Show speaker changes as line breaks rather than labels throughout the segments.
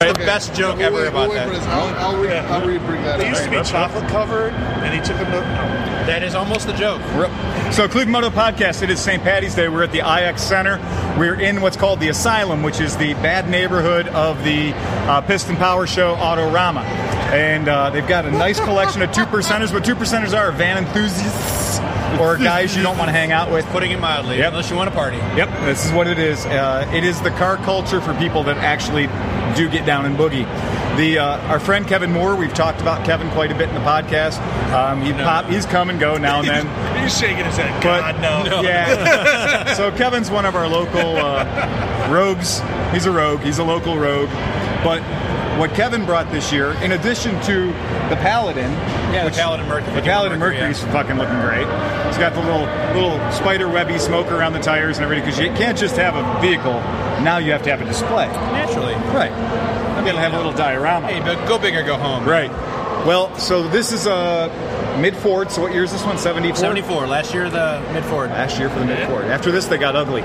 Right, Best joke
We'll
ever
wait-
about
we'll wait for this.
that.
I'll, I'll, re-
Yeah.
I'll re-bring that
They
up.
used to be chocolate covered, and he took them to.
That is almost a joke.
We're up. So, Cleveland Moto Podcast, it is St. Patty's Day. We're at the IX Center. We're in what's called the Asylum, which is the bad neighborhood of the uh, Piston Power Show Autorama. And uh, they've got a nice collection of two percenters. What two percenters are van enthusiasts or guys you don't want to hang out with.
Putting it mildly,
Yep.
unless you want a party.
Yep, this is what it is. Uh, it is the car culture for people that actually do get down and boogie. The uh, our friend Kevin Moore, we've talked about Kevin quite a bit in the podcast. Um, he pop, he's come and go
Oh,
now and then.
No. He's shaking his head.
But-
God, no.
Yeah. so Kevin's one of our local uh, rogues. He's a rogue. He's a local rogue. But what Kevin brought this year, in addition to the Paladin,
Yeah, the
which-
Paladin Mercury.
the Paladin
Mercury,
Mercury's fucking looking great. It's got the little little spider webby smoke around the tires and everything because you can't just have a vehicle. Now you have to have a display.
Naturally.
Right. You got to have a little diorama.
Hey, but go big or go home.
Right. Well, so this is a mid Ford. So what year is this one? 74?
74, last year the mid Ford.
Last year for the mid Ford. After this, they got ugly.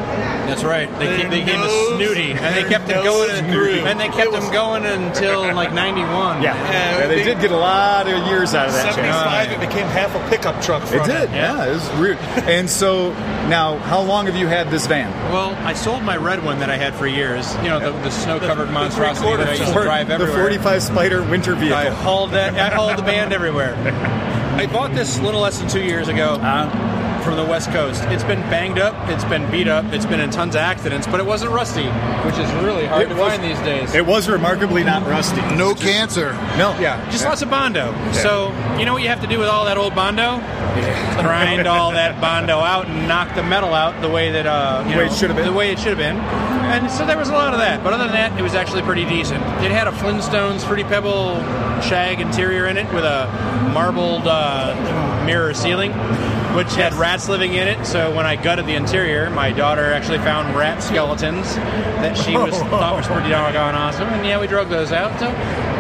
That's right. They,
Their
kept, they gave
nose-
us Snooty, and they
their
kept him
nose
going,
is
and,
groovy.
and they kept him going until like '91.
Yeah.
Yeah,
Yeah, they
they-
did get a lot of years out of that. channel.
75, it became half a pickup truck. From
It did. Yeah, it was weird. and so now, how long have you had this van?
Well, I sold my red one that I had for years. You know, the, the snow-covered monstrosity
three-quarter
that I used to
truck.
drive
the
everywhere.
45 Spider winter vehicle.
I hauled that. I hauled the band everywhere. I bought this a little less than two years ago
Uh,
from the West Coast. It's been banged up. It's been beat up. It's been in tons of accidents, but it wasn't rusty, which is really hard
It
to
was-
find these days.
it was remarkably not rusty.
No cancer.
No.
yeah, just lots of bondo. So you know what you have to do with all that old bondo? Grind all that bondo out and knock the metal out the way that uh, you
The way
know,
it should have been.
The way it should have been. And so there was a lot of that. But other than that, it was actually pretty decent. It had a Flintstones Fruity Pebble shag interior in it with a marbled uh, mirror ceiling, which had rats living in it. So when I gutted the interior, my daughter actually found rat skeletons that she was thought was pretty doggone awesome. And yeah, we drug those out. So. you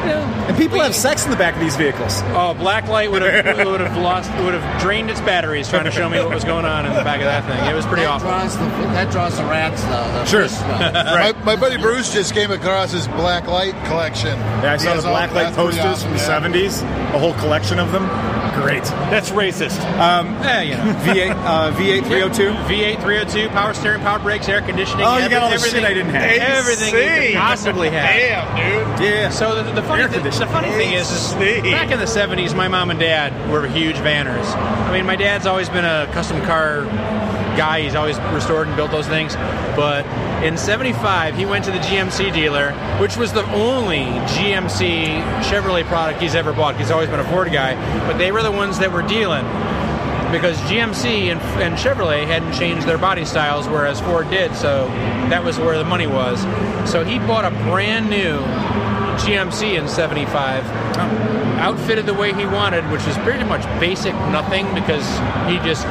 know,
And people
we-
have sex in the back of these vehicles.
Oh, Blacklight would have would have lost would have drained its batteries trying to show me what was going on in the back of that thing. It was pretty
that
awful.
Draws the, that draws the rats, though. The
Sure.
fish smell.
My, my buddy Bruce just came across his black light collection.
Yeah, I saw
He
the
has all-
black light
that's pretty
posters
awesome,
from the
yeah.
70s, a whole collection of them. Great.
That's racist.
Um,
Um,
Yeah, you know.
V8, uh, V8 302.
V8 302, power steering, power brakes, air conditioning.
Oh, you got all the
everything-
shit I didn't have.
Everything you could possibly have.
Damn, dude.
Yeah.
So the, the funny
Air
thing, the
conditioning.
funny thing is, is
Sleep.
back in the '70s, my mom and dad were huge vanners. I mean, my dad's always been a custom car guy. He's always restored and built those things. But in '75, he went to the GMC dealer, which was the only GMC Chevrolet product he's ever bought. He's always been a Ford guy, but they were the ones that were dealing because GMC and, and Chevrolet hadn't changed their body styles, whereas Ford did. So that was where the money was. So he bought a brand new GMC in '75, outfitted the way he wanted, which was pretty much basic nothing because he just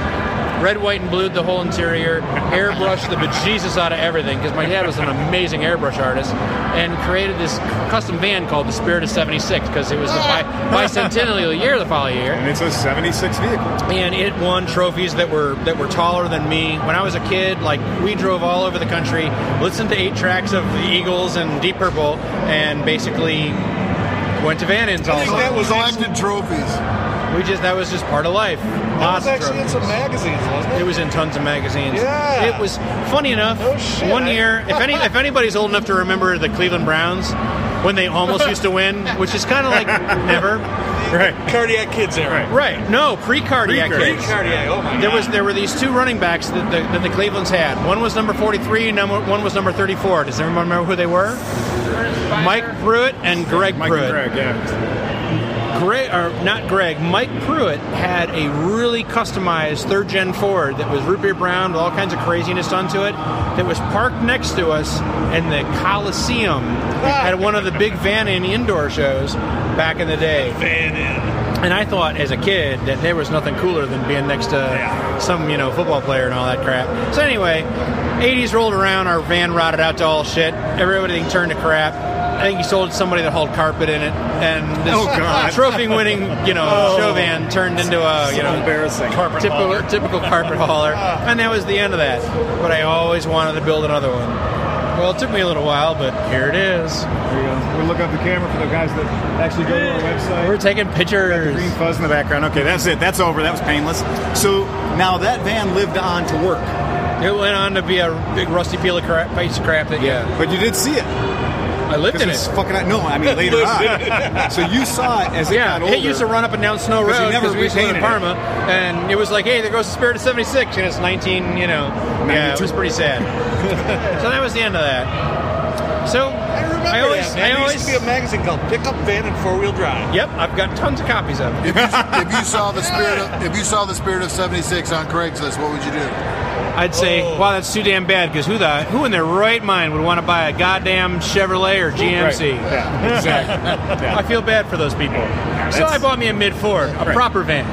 red, white, and blued the whole interior, airbrushed the bejesus out of everything because my dad was an amazing airbrush artist, and created this custom van called the Spirit of '76 because it was the bi- bicentennial year the following year
and it's a 76 vehicle.
and it won trophies that were that were taller than me when I was a kid. Like we drove all over the country, listened to eight tracks of the Eagles and Deep Purple, and basically went to Van Inns all
think that
summer.
was
collected trophies.
We just that was just part of life.
That was
Lots of
actually in
trophies.
some magazines, wasn't it?
It was in tons of magazines.
Yeah.
It was funny enough.
No shit.
One year, if any, if anybody's old enough to remember the Cleveland Browns when they almost used to win, which is kind of like never.
Right.
Cardiac Kids era.
Right. No, pre-cardiac.
Pre-cardiac.
kids.
Pre-cardiac, oh my
There
God.
was there were these two running backs that the, that the Cleveland's had. One was number 43, number one was number 34. Does everyone remember who they were? Mike Pruitt and Greg
Mike
Pruitt.
and Greg, yeah.
Greg, or not Greg, Mike Pruitt had a really customized third gen Ford that was root beer brown with all kinds of craziness onto it that was parked next to us in the Coliseum at one of the big Van In indoor shows back in the day.
Van in.
And I thought as a kid that there was nothing cooler than being next to
Yeah.
some, you know, football player and all that crap. So anyway, 80s rolled around, our van rotted out to all shit. Everything turned to crap. I think he sold it to somebody that hauled carpet in it, and this
Oh,
trophy-winning, you know, show van turned into a, you know,
embarrassing.
typical, typical carpet hauler. And that was the end of that. But I always wanted to build another one. Well, it took me a little while, but here it is.
There you go. We look up the camera for the guys that actually go to our website.
We're taking pictures.
Green fuzz in the background. Okay, that's it. That's over. That was painless. So now that van lived on to work,
It went on to be a big rusty peel of crap, piece of crap that, yeah,
but you did see it.
I lived in
It's
it.
fucking. No, I mean later on. so you saw it as it
Yeah,
got older.
it used to run up and down Snow
'Cause he
Road
never
because we used to live in
repainted
Parma,
it.
and it was like, hey, there goes the Spirit of '76, and it's 19, you know. Yeah, it
92.
was pretty sad. so that was the end of that. So
I remember
I always,
that, man.
I
There
always,
used to be a magazine called Pickup Van and Four Wheel Drive.
yep, I've got tons of copies of it.
if you saw the spirit, of, if you saw the spirit of '76 on Craigslist, what would you do?
I'd say,
Oh.
Whoa.
wow, that's too damn bad because who the who in their right mind would want to buy a goddamn Chevrolet or GMC?
Right. Yeah, exactly.
I feel bad for those people. So
That's-
I bought me a mid Ford, a
Right.
proper van.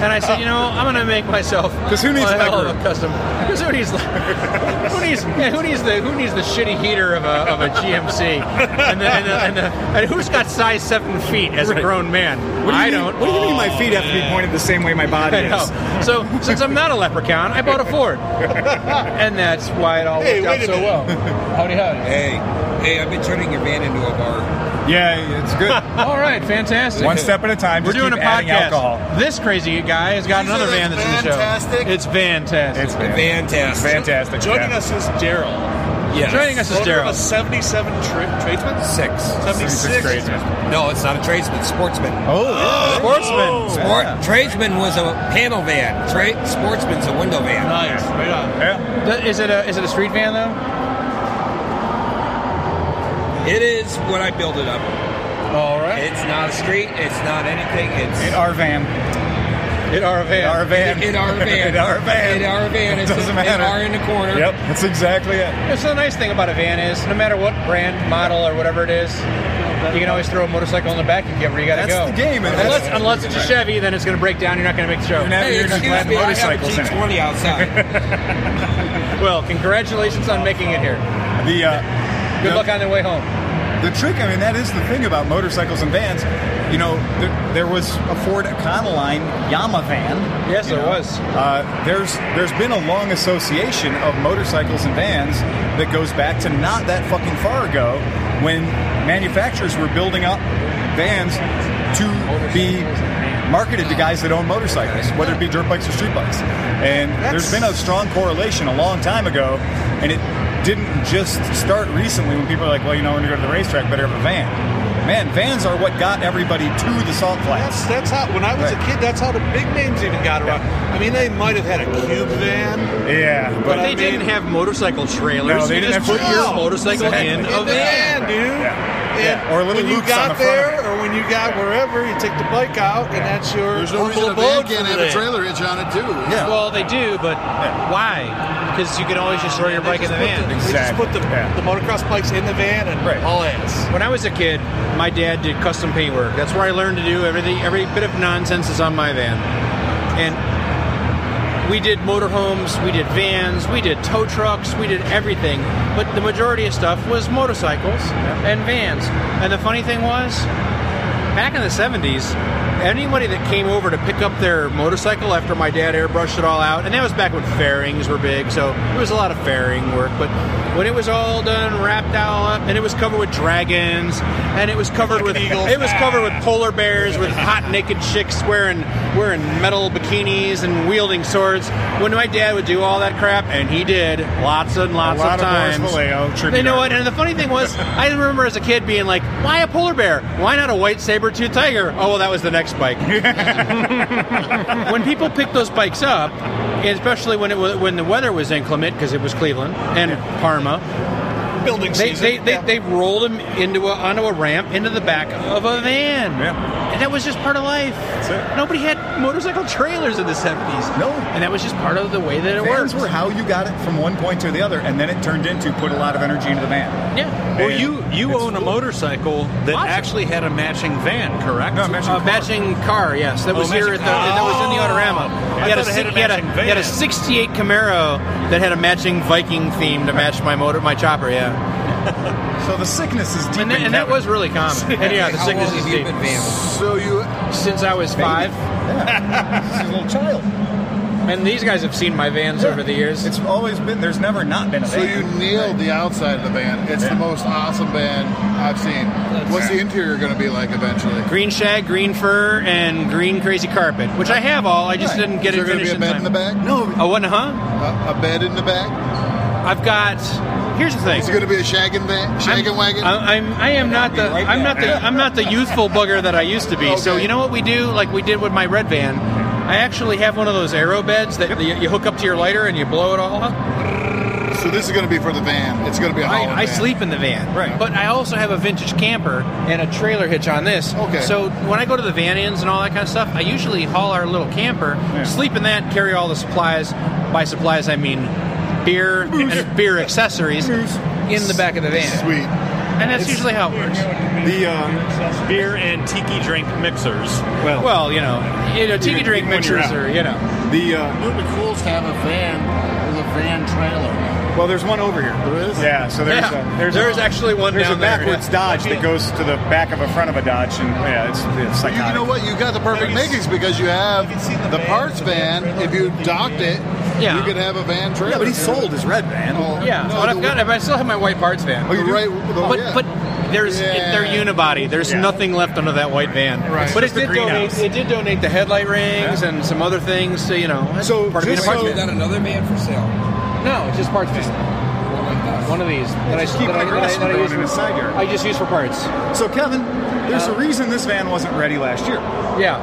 And I said, you know, I'm gonna make myself
'Cause who needs
a hell of
legroom?
a custom? Because who needs who needs yeah, who needs the who needs the shitty heater of a, of a GMC? And, the, and, the, and, the, and who's got size seven feet as a
Right.
grown man?
What do you
I
mean-
don't. Oh,
What do you mean my feet have to be pointed the same way my body
I know.
is?
So since I'm not a leprechaun, I bought a Ford, and that's why it all
Hey,
worked
wait
out
a
so
minute.
well. Howdy, howdy.
Hey, hey, I've been turning your van into a bar.
Yeah, it's good.
All right, fantastic.
One step at a time.
We're
just
doing a
keep adding
podcast.
Alcohol.
This crazy guy has got
Did you
another
say
van that's
that's
in the show.
fantastic?
It's fantastic.
It's fan-
Fantastic.
fantastic.
Joining
yeah.
us is Daryl.
Yes.
Joining us is
Owner of a
Daryl.
77 tra- tradesman?
six.
76.
Crazy.
No, it's not a tradesman. Sportsman.
Oh,
Sportsman.
Sport, Tradesman was a panel van. Tra- sportsman's a window van.
Nice. Right on.
yeah.
Th- Is it a is it a street van though?
It is what I build it up.
All right.
It's not a street. It's not anything.
In
It's
our van.
It are a van.
In our van.
in our van.
in our van.
In our van. It's
Doesn't
an
matter.
R in the corner.
Yep, that's exactly it.
So the nice thing about a van is, no matter what brand, model, or whatever it is, you can always throw a motorcycle in the back and get where you gotta
That's
go.
the game, and
unless,
that's-
unless it's a Chevy, then it's gonna break down. You're not gonna make the show.
You're not-
Hey,
You're just
excuse
glad
me. I have a
motorcycles in it.
G20 outside.
Well, congratulations on making it here.
The uh,
Good
the,
luck on the way home.
The trick, I mean, that is the thing about motorcycles and vans. You know, there, there was a Ford Econoline Yama van.
Yes,
you
there
know.
was.
Uh, there's there's been a long association of motorcycles and vans that goes back to not that fucking far ago when manufacturers were building up vans to be marketed to guys that own motorcycles, whether it be dirt bikes or street bikes. And there's been a strong correlation a long time ago, and it didn't just start recently when people are like, well, you know, when you go to the racetrack, better have a van. Man, vans are what got everybody to the salt
That's
flats.
that's how when I was
Right.
a kid. That's how the big names even got around. I mean, they might have had a cube van.
Yeah,
But
I
they
mean-
didn't have motorcycle trailers.
No, they
you
didn't
just
have
put your
trailers.
motorcycle in
In
a
the van,
van.
dude.
Yeah.
And
Yeah. Or little
when you
loops on
got
the front of
there, or when you got wherever, you take the bike out, and that's your
There's no
humble
reason a van
abode
can't
for
have
the
a
day.
trailer hitch on it too.
Yeah.
Well, they do, but why? Because you can always just throw your
They
bike in
just
the
put
van.
The, they just
Exactly.
put the,
Yeah.
the motocross bikes in the van and
Right.
all ass.
When I was a kid, my dad did custom paint work. That's where I learned to do everything. Every bit of nonsense is on my van, and we did motorhomes, we did vans, we did tow trucks, we did everything. But the majority of stuff was motorcycles and vans. And the funny thing was, back in the '70s, anybody that came over to pick up their motorcycle after my dad airbrushed it all out, and that was back when fairings were big, so it was a lot of fairing work. But when it was all done, wrapped all up, and it was covered with dragons, and it was covered with
Eagles.
it was covered with polar bears, with hot naked chicks wearing wearing metal bikinis and wielding swords. When my dad would do all that crap, and he did lots and
a
lots
lot
of
of Boris
times.
Vallejo tribute
You know what?
artwork.
And the funny thing was, I remember as a kid being like, "Why a polar bear? Why not a white saber-tooth tiger?" Oh well, that was the next bike. when people picked those bikes up, and especially when it was, when the weather was inclement because it was Cleveland and Parma,
Building
they
season.
they, they,
Yeah.
they rolled them into a, onto a ramp into the back of a van.
Yeah.
And that was just part of life.
it.
Nobody had motorcycle trailers in the 70s.
No.
And that was just part of the way that it
Vans
worked.
were how you got it from one point to the other, and then it turned into put a lot of energy into the van.
yeah.
Well,
And
you you
it's
own a
cool.
motorcycle that
Awesome.
actually had a matching van, correct?
No, matching
A
car.
matching car, yes. That
Oh,
was here at
matching
the,
car.
that was in the Autorama.
I
He had, a,
thought it had
si-
a
he, had a,
matching
he had a
van.
68 Camaro that had a matching Viking theme to match my motor, my chopper, yeah.
So the sickness is deep.
And, that
in
and that
Kevin.
was really common. And yeah, the
How
sickness
long
is
have you
deep.
been van?
So you
Since I was five,
Yeah. She's a little child.
And these guys have seen my vans over the years.
It's always been. There's never not been a
So
van.
you nailed the outside of the van. It's the most awesome van I've seen. What's the interior going to be like eventually?
green shag, green fur, and green crazy carpet, which I have all. I just
Right.
didn't get
Is there
it
gonna be
finished
a bed
in time.
in the back?
No. A what? Huh?
A, a bed in the back?
I've got. Here's the thing.
Is it going to be a shaggin' van? Shaggin' wagon?
I, I'm I am not the I'm not the I'm not the youthful bugger that I used to be. So
Okay.
you know what we do? Like we did with my red van. I actually have one of those aero beds that you, you hook up to your lighter and you blow it all up.
so this is going to be for the van. It's going to be a
I,
hauler
I
van.
sleep in the van,
Right.
But I also have a vintage camper and a trailer hitch on this.
Okay.
So when I go to the van ins and all that kind of stuff, I usually haul our little camper,
Yeah.
sleep in that, carry all the supplies. By supplies, I mean beer and beer accessories in the back of the van,
Sweet.
and that's usually how it works.
the uh,
Beer and tiki drink mixers.
well,
Well, you know, you know, tiki drink
when you're
mixers
out.
or you know,
the uh,
It would be cool to have a van with a van trailer.
Well, there's one over here. There is. Yeah, so there's
Yeah,
a, there's,
there's
a,
actually one
there's
down
a
there,
backwards
yeah.
Dodge that goes to the back of a front of a Dodge, and yeah, it's it's
You,
psychotic.
you know what? You got the perfect makings because you have the, parts van. If you docked it,
Yeah.
you could have a van trailer.
Yeah, but he sold his red van.
Oh,
yeah.
no,
but I've
the-
got, I still have my white parts van.
the right, the,
But
Oh, yeah.
but there's
Yeah.
they're unibody. There's
Yeah.
nothing left under that white van.
Right.
But it
Just the
did donate.
greenhouse.
It did donate the headlight rings and some other things. So you know, that's
So,
part of
just
being a parts
so-
You
van.
got another van for sale.
No, it's just parts van. One of these that I
just keep
that
my
I-
grass
that I- that I
growing
use
in the
for-
side yard.
I just use for parts.
So Kevin, there's a reason this van wasn't ready last year.
Yeah.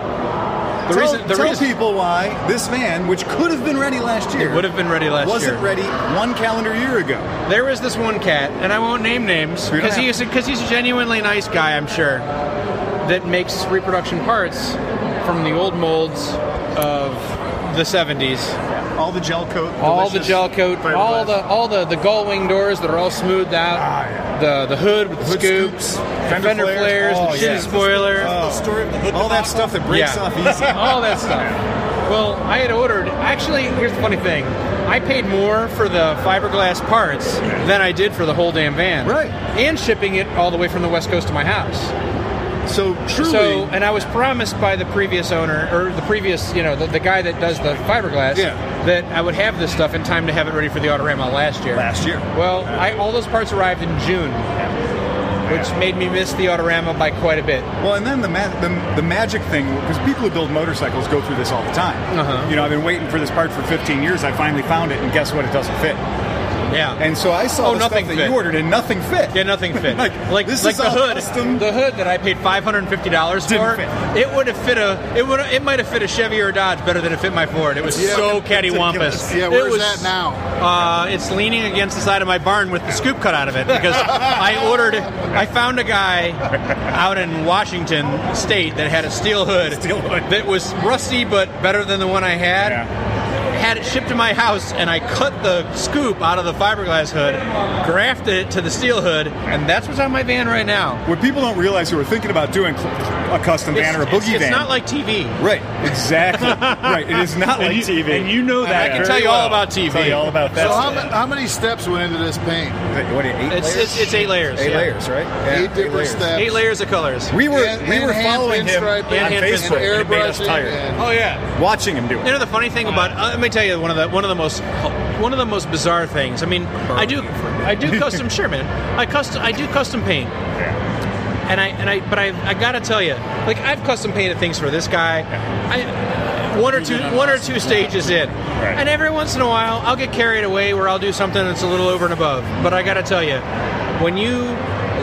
The
tell
reason the
tell
reason
people why this van, which could have been ready last year,
would have been ready last
wasn't
year.
ready one calendar year ago.
There was this one cat, and I won't name names
We don't
because
have
he's because he's a genuinely nice guy, I'm sure. That makes reproduction parts from the old molds of the 70s.
All the gel coat,
All the
delicious
gel coat, all
fiberglass.
the all the the gull wing doors that are all smoothed out. The the hood with Ah, the
Hood
scoops,
scoops,
the
fender
fender
flares.
flares,
Oh,
the shitty
yeah.
spoiler.
Oh. all that stuff that breaks
Yeah.
off easy.
all that stuff. Well, I had ordered. Actually, here's the funny thing: I paid more for the fiberglass parts than I did for the whole damn van.
Right.
And shipping it all the way from the west coast to my house.
so truly,
So, and I was promised by the previous owner or the previous, you know, the, the guy that does the fiberglass,
Yeah.
that I would have this stuff in time to have it ready for the Autorama last year.
last year.
Well, I, all those parts arrived in June, which made me miss the Autorama by quite a bit.
Well, and then the, ma- the, the magic thing, because people who build motorcycles go through this all the time.
Uh-huh.
You know, I've been waiting for this part for 15 years. I finally found it, and guess what? It doesn't fit.
Yeah.
And so I saw
Oh,
the stuff
nothing
that
fit.
you ordered, and nothing fit.
Yeah, nothing fit.
Like,
like like,
this is
the
all
hood,
custom.
the hood that I paid five hundred and fifty dollars
Didn't
for.
fit.
It would have fit a it would it might have fit a Chevy or a Dodge better than it fit my Ford. It was
Yeah.
so cattywampus.
yeah,
it
where's
was,
that now?
Uh, it's leaning against the side of my barn with the scoop cut out of it because I ordered. I found a guy out in Washington State that had a steel hood,
Steel hood.
that was rusty but better than the one I had
Yeah.
had it shipped to my house and I cut the scoop out of the fiberglass hood, grafted it to the steel hood, and that's what's on my van right now.
What people don't realize who are thinking about doing cl- a custom van or a boogie
it's, it's
van.
not like TV.
Right, exactly. right, it is not like TV.
And you know that.
I can
very
tell you all
well.
about TV.
Tell you all about that.
So how, ma- how many steps went into this paint?
what, eight
It's,
layers?
it's, it's eight layers.
eight
yeah.
layers, right? Yeah,
Eight different
layers.
steps.
Eight layers of colors.
We were
And-
we
and
were
hand
following him on
pinstriping
and hand
Facebook.
pinstriping.
and
It made us
airbrushing
tired.
and-
Oh yeah.
Watching him do it.
You know the funny thing about uh, let me tell you one of the one of the most one of the most bizarre things. I mean, I do I do custom sure man. I custom I do custom paint. And I and I but I I gotta tell you, like I've custom painted things for this guy. I one or two one or two stages in. And every once in a while I'll get carried away where I'll do something that's a little over and above. But I gotta tell you, when you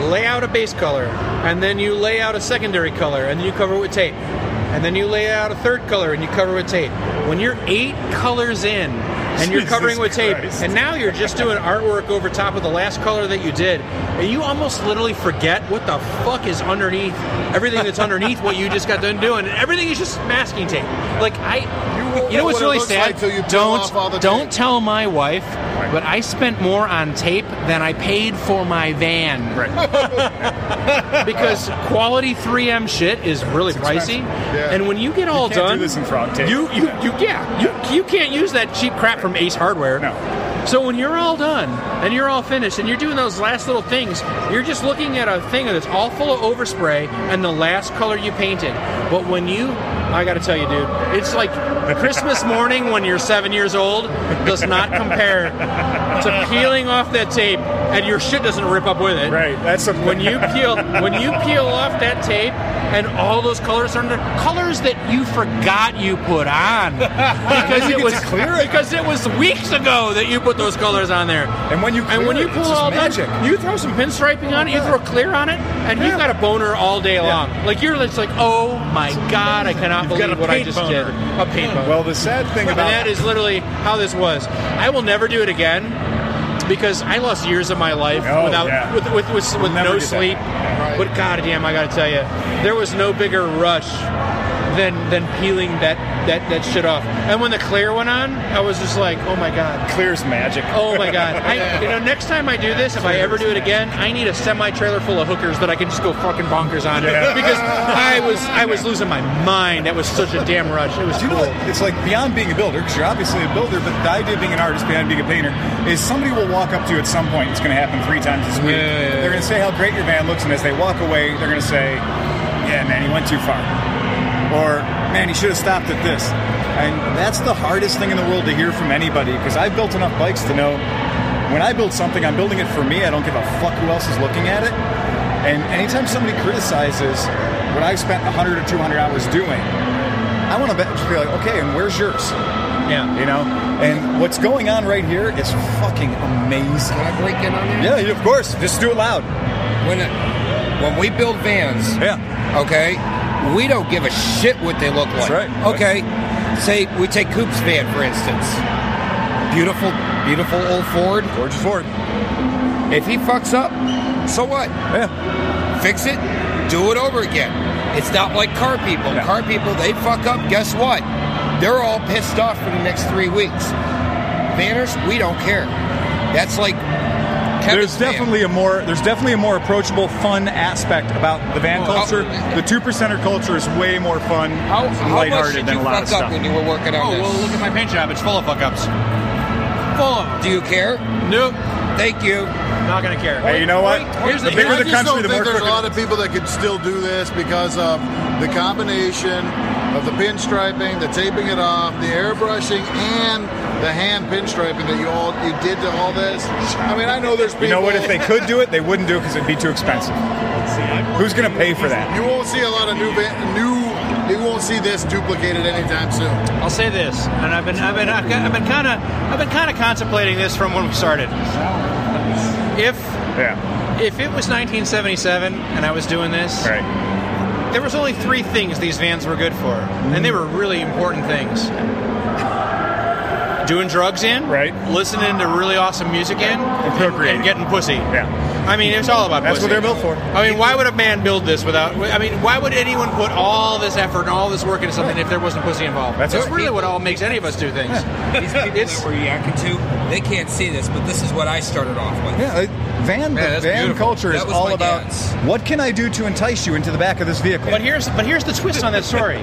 lay out a base color and then you lay out a secondary color and then you cover it with tape and then you lay out a third color and you cover with tape. When you're eight colors in and you're
Jesus
covering with tape,
Christ.
and now you're just doing artwork over top of the last color that you did, and you almost literally forget what the fuck is underneath everything that's underneath what you just got done doing. And everything is just masking tape. Like I, you,
won't
know
know
what's
what it
really
looks
sad?
like till you peel off all the
don't don't
tape.
tell my wife, but I spent more on tape than I paid for my van. because quality 3M shit is really pricey,
Yeah.
and when you get all
can't do
done,
this in frog tape.
you you you yeah you, you can't use that cheap crap from Ace Hardware.
No.
So when you're all done and you're all finished and you're doing those last little things, you're just looking at a thing that's all full of overspray and the last color you painted. But when you, I gotta tell you, dude, it's like Christmas morning when you're seven years old does not compare to peeling off that tape and your shit doesn't rip up with it.
Right, that's a-
when you peel when you peel off that tape and all those colors are under colors that you forgot you put on because it was clear because it was weeks ago that you put those colors on there.
And when you
and when
clear
you
it,
pull
it's just
all magic.
magic.
that, you throw some pinstriping on it, you throw clear on it, and you've got a boner all day long. Like you're just like, oh my god, I cannot
got
believe
a
what I
paint
just
boner.
did. A paint boner.
Well, the sad thing about
And that is literally how this was. I will never do it again because I lost years of my life
Oh,
without
yeah.
with with, with, with no
never do that.
sleep. But goddamn, I gotta tell you, there was no bigger rush than than peeling that that that shit off. And when the clear went on, I was just like, oh my god.
clears magic.
Oh my god! I, you know, next time I do this, if I ever do it again, I need a semi-trailer full of hookers that I can just go fucking bonkers on
Yeah.
because I was I was losing my mind. That was such a damn rush. It was
Do you know
cool.
what? It's like beyond being a builder, because you're obviously a builder, but the idea of being an artist, beyond being a painter, is somebody will walk up to you at some point. It's going to happen three times this week. They're going to say how great your van looks, and as they walk away, they're going to say, Yeah, man, he went too far. Or, Man, he should have stopped at this. And that's the hardest thing in the world to hear from anybody, because I've built enough bikes to know when I build something, I'm building it for me. I don't give a fuck who else is looking at it. And anytime somebody criticizes what I've spent 100 or 200 hours doing, I want to just be like, okay, and where's yours?
Yeah.
You know? And what's going on right here is fucking amazing.
Can I break in on you?
Yeah, of course. Just do it loud.
When, when we build vans,
Yeah.
okay, we don't give a shit what they look like.
right.
Okay, say we take Coop's van for instance. Beautiful, beautiful old Ford.
Gorgeous Ford.
If he fucks up, so what?
Yeah.
Fix it, do it over again. It's not like car people.
No.
Car people, they fuck up, guess what? They're all pissed off for the next three weeks. Banners, we don't care. That's like Kevin's
There's
van.
definitely a more there's definitely a more approachable, fun aspect about the van
Oh.
culture. The two percenter culture is way more fun,
how,
and
how much
lighthearted
did
than
you
a lot
fuck
of
up
stuff.
when you were working on
Oh
this?
well, look at my paint job. It's full of fuck ups. Full of 'em.
Do you care?
Nope,
Thank you.
not gonna care.
Hey, you know what?
Here's the-
the bigger
I
the
just
country,
don't
the
think
more
there's a
crooked-
lot of people that could still do this because of the combination of the pinstriping, the taping it off, the airbrushing, and the hand pinstriping that you all you did to all this. I mean, I know there's people.
You know what? If they could do it, they wouldn't do it because it'd be too expensive. Who's going to pay for that?
You won't see a lot of new va- new. You won't see this duplicated anytime soon.
I'll say this, and I've been, I've been, I've been, I've been kind of, I've been kind of contemplating this from when we started. If
Yeah.
if it was 1977 and I was doing this,
All right.
there was only three things these vans were good for, and they were really important things. Doing drugs in,
Right.
Listening to really awesome music in, and
procreating.
getting pussy.
Yeah.
I mean, it's all about
That's
pussy.
what they're built for.
I mean, why would a man build this without? I mean, why would anyone put all this effort and all this work into something if there wasn't pussy involved?
That's
That's
right.
really what all makes any of us do things.
These people
It's-
that we're yakking to, they can't see this, but this is what I started off with.
Yeah. it-
Man,
Van, the
that's
van
beautiful.
culture is
That was
all
my
about
dad's.
what can I do to entice you into the back of this vehicle?
But here's but here's the twist on that story.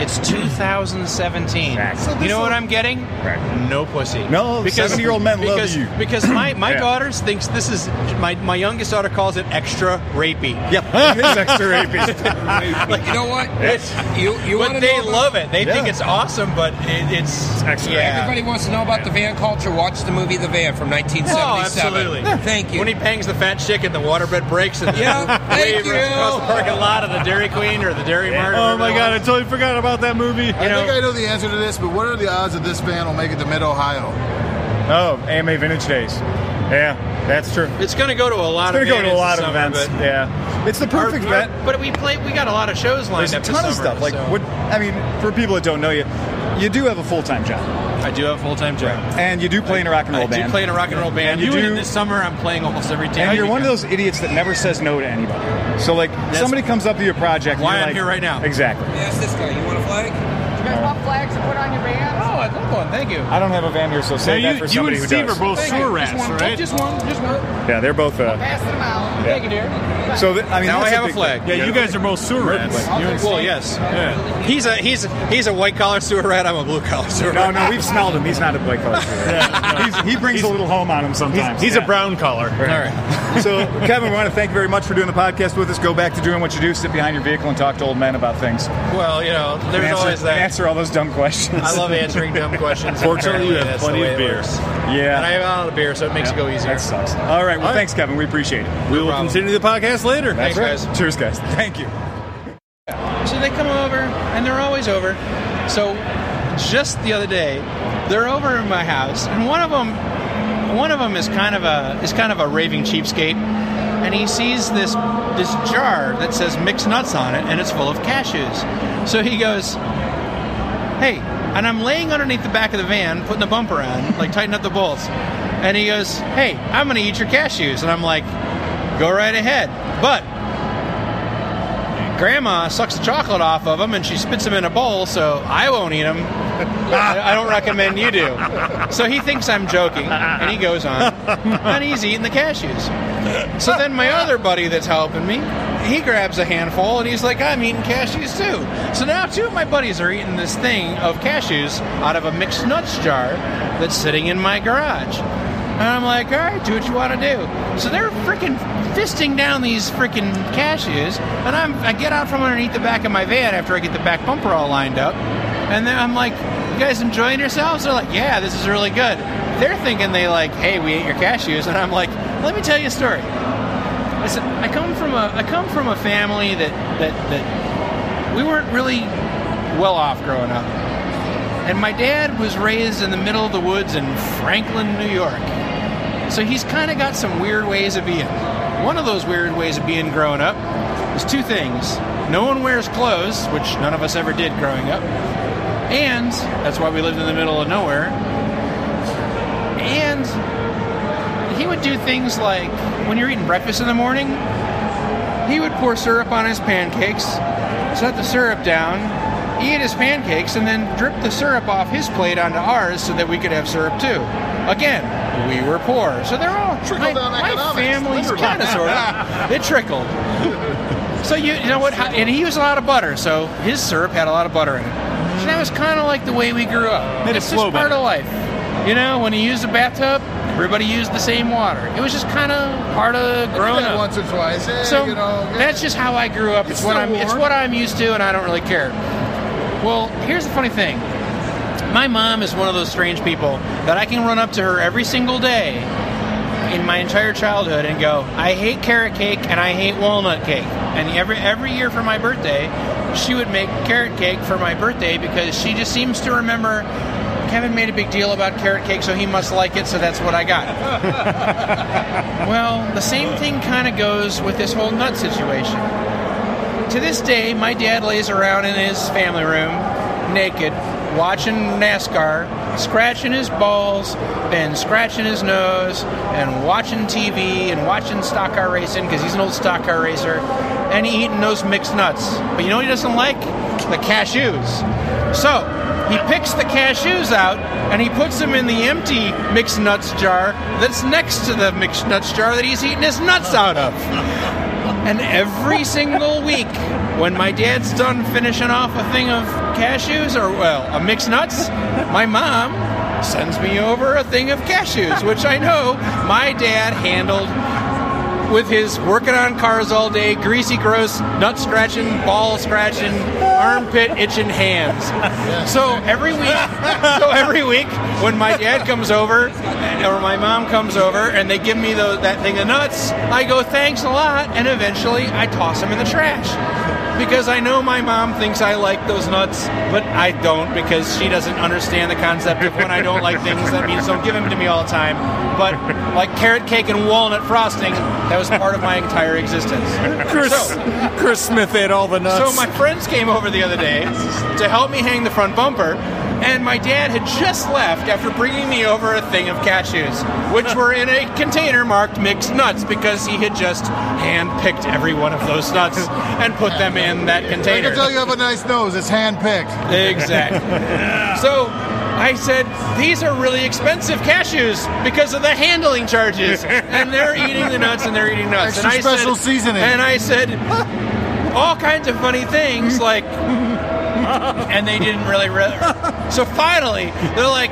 It's 2017.
Exactly. So
You know what I'm getting?
Right.
No pussy.
No, 70-year-old men love
because,
you.
Because my, my
Yeah.
daughters thinks this is my, my youngest daughter calls it extra rapey.
Yep. It's extra AP.
But you know what? you you
But
want to
they
know about-
love it. They
Yeah.
think it's awesome, but it, it's,
extra
Yeah.
Everybody wants to know about the van culture. Watch the movie The Van from 1977.
Oh, absolutely.
Thank you.
When he bangs the fat chick and the waterbed breaks and the
Yeah, thank
wave
you.
across the parking lot of the Dairy Queen or the Dairy Mart.
Oh
or whatever it was.
totally forgot about that movie.
I think I know the answer to this, but what are the odds that this van will make it to Mid Ohio?
Oh, AMA Vintage Days. Yeah, that's true.
It's going to go to a lot
It's going
of
to go
venues
to a lot
this
of
summer,
events.
but-
Yeah. It's the
Our-
perfect
our-
event.
But we play. We got a lot of shows lined
There's a
up. this
ton of
summer,
stuff. Like,
so-
what? I mean, for people that don't know you, you do have a full time job,
I do have a full time job.
and you do play in a rock and roll
I
band.
do play in a rock and roll band.
And you
Doing
do-
it this summer. I'm playing almost every day.
And you're one of those idiots that never says no to anybody. So like somebody comes up to your project. and
Why
you're
I'm
like-
here right now.
Exactly.
Ask this guy. You want a flag?
You guys want flags to put on your
Oh,
van?
I'd love one. Thank you.
I don't have a van here, so
Now
save that
you,
for
you
somebody
and
who
Steve
does.
are both sewer
Just
rats,
one,
right?
just one, just one.
yeah, they're both. Uh,
Pass them out. Thank you, dear.
So th- I mean,
Now
that's
I have a
big
flag.
thing.
Yeah, you guys are both sewer rats.
Well, yes.
Yeah.
He's a he's he's a white collar sewer rat. I'm a blue collar sewer
No,
rat.
no, we've smelled him. He's not a Blake Coach. He's He brings a little home on him sometimes.
He's
Yeah.
a brown collar.
All right.
So, Kevin, we want to thank you very much for doing the podcast with us. Go back to doing what you do. Sit behind your vehicle and talk to old men about things. And
Well, you know, there's
answer,
always that.
and answer all those dumb questions.
I love answering dumb questions.
Fortunately, you have
That's the
plenty
way
of
it
beer.
works.
Yeah.
And I have a lot of beer, so it makes it go easier.
that sucks. All right. Well,
All right.
thanks, Kevin. We appreciate it.
We will continue the podcast later.
Thanks, guys.
Cheers, guys. Thank you.
So they come over, and they're always over. So just the other day, they're over in my house, and one of them, one of them is kind of a is kind of a raving cheapskate, and he sees this this jar that says mixed nuts on it, and it's full of cashews. So he goes, "Hey," and I'm laying underneath the back of the van, putting the bumper on, like tighten up the bolts, and he goes, "Hey, I'm gonna eat your cashews," and I'm like, "Go right ahead," but Grandma sucks the chocolate off of them and she spits them in a bowl, so I won't eat them. I I don't recommend you do. So he thinks I'm joking, and he goes on, and he's eating the cashews. So then my other buddy that's helping me, he grabs a handful and he's like, I'm eating cashews too. So now two of my buddies are eating this thing of cashews out of a mixed nuts jar that's sitting in my garage. And I'm like, all right, do what you want to do. So they're freaking fisting down these freaking cashews, and I'm I get out from underneath the back of my van after I get the back bumper all lined up, and then I'm like, you guys enjoying yourselves? They're like, yeah, this is really good. They're thinking they like, hey, we ate your cashews, and I'm like, let me tell you a story. Listen, I come from a I come from a family that that that we weren't really well off growing up. And my dad was raised in the middle of the woods in Franklin, New York. So he's kind of got some weird ways of being. One of those weird ways of being growing up is two things. No one wears clothes, which none of us ever did growing up. And that's why we lived in the middle of nowhere. And he would do things like when you're eating breakfast in the morning, he would pour syrup on his pancakes, set the syrup down, eat his pancakes, and then drip the syrup off his plate onto ours so that we could have syrup too. Again, we were poor, so they're all my,
Trickle-down
my
economics,
family's
literally.
kind of sort of it trickled. So you, you know what? And he used a lot of butter, so his syrup had a lot of butter in it. So that was kind of like the way we grew up.
Made it
it's
flow
just part
better.
of life. You know, when you use the bathtub, everybody used the same water. It was just kind of part of growing
Yeah,
up.
once or twice. eh,
So
you know,
that's just how I grew up. It's,
It's
what
still
I'm. It's
warm.
what I'm used to, and I don't really care. Well, here's the funny thing. My mom is one of those strange people that I can run up to her every single day in my entire childhood and go, "I hate carrot cake and I hate walnut cake." And every every year for my birthday, she would make carrot cake for my birthday because she just seems to remember Kevin made a big deal about carrot cake, so he must like it, so that's what I got. Well, the same thing kind of goes with this whole nut situation. To this day, my dad lays around in his family room, naked, watching NASCAR, scratching his balls, and scratching his nose, and watching TV, and watching stock car racing, because he's an old stock car racer, and eating those mixed nuts. But you know what he doesn't like? The cashews. So, he picks the cashews out and he puts them in the empty mixed nuts jar that's next to the mixed nuts jar that he's eating his nuts out of. And every single week, when my dad's done finishing off a thing of cashews or, well, a mixed nuts, my mom sends me over a thing of cashews, which I know my dad handled with his working on cars all day, greasy, gross, nut scratching, ball scratching, armpit itching hands. So every week, so every week when my dad comes over and- or my mom comes over and they give me those, that thing of nuts, I go thanks a lot, and eventually I toss them in the trash. Because I know my mom thinks I like those nuts, but I don't because she doesn't understand the concept of when I don't like things, that means don't give them to me all the time. But like carrot cake and walnut frosting, that was part of my entire existence.
Chris, Chris Smith ate all the nuts.
So my friends came over the other day to help me hang the front bumper, and my dad had just left after bringing me over a thing of cashews, which were in a container marked mixed nuts because he had just hand-picked every one of those nuts and put them in that
I
container.
can tell you have a nice nose. It's hand picked.
Exactly. So I said, these are really expensive cashews because of the handling charges. and they're eating the nuts and they're eating nuts.
Extra
and I
special
said,
seasoning.
And I said all kinds of funny things like and they didn't really re- so finally they're like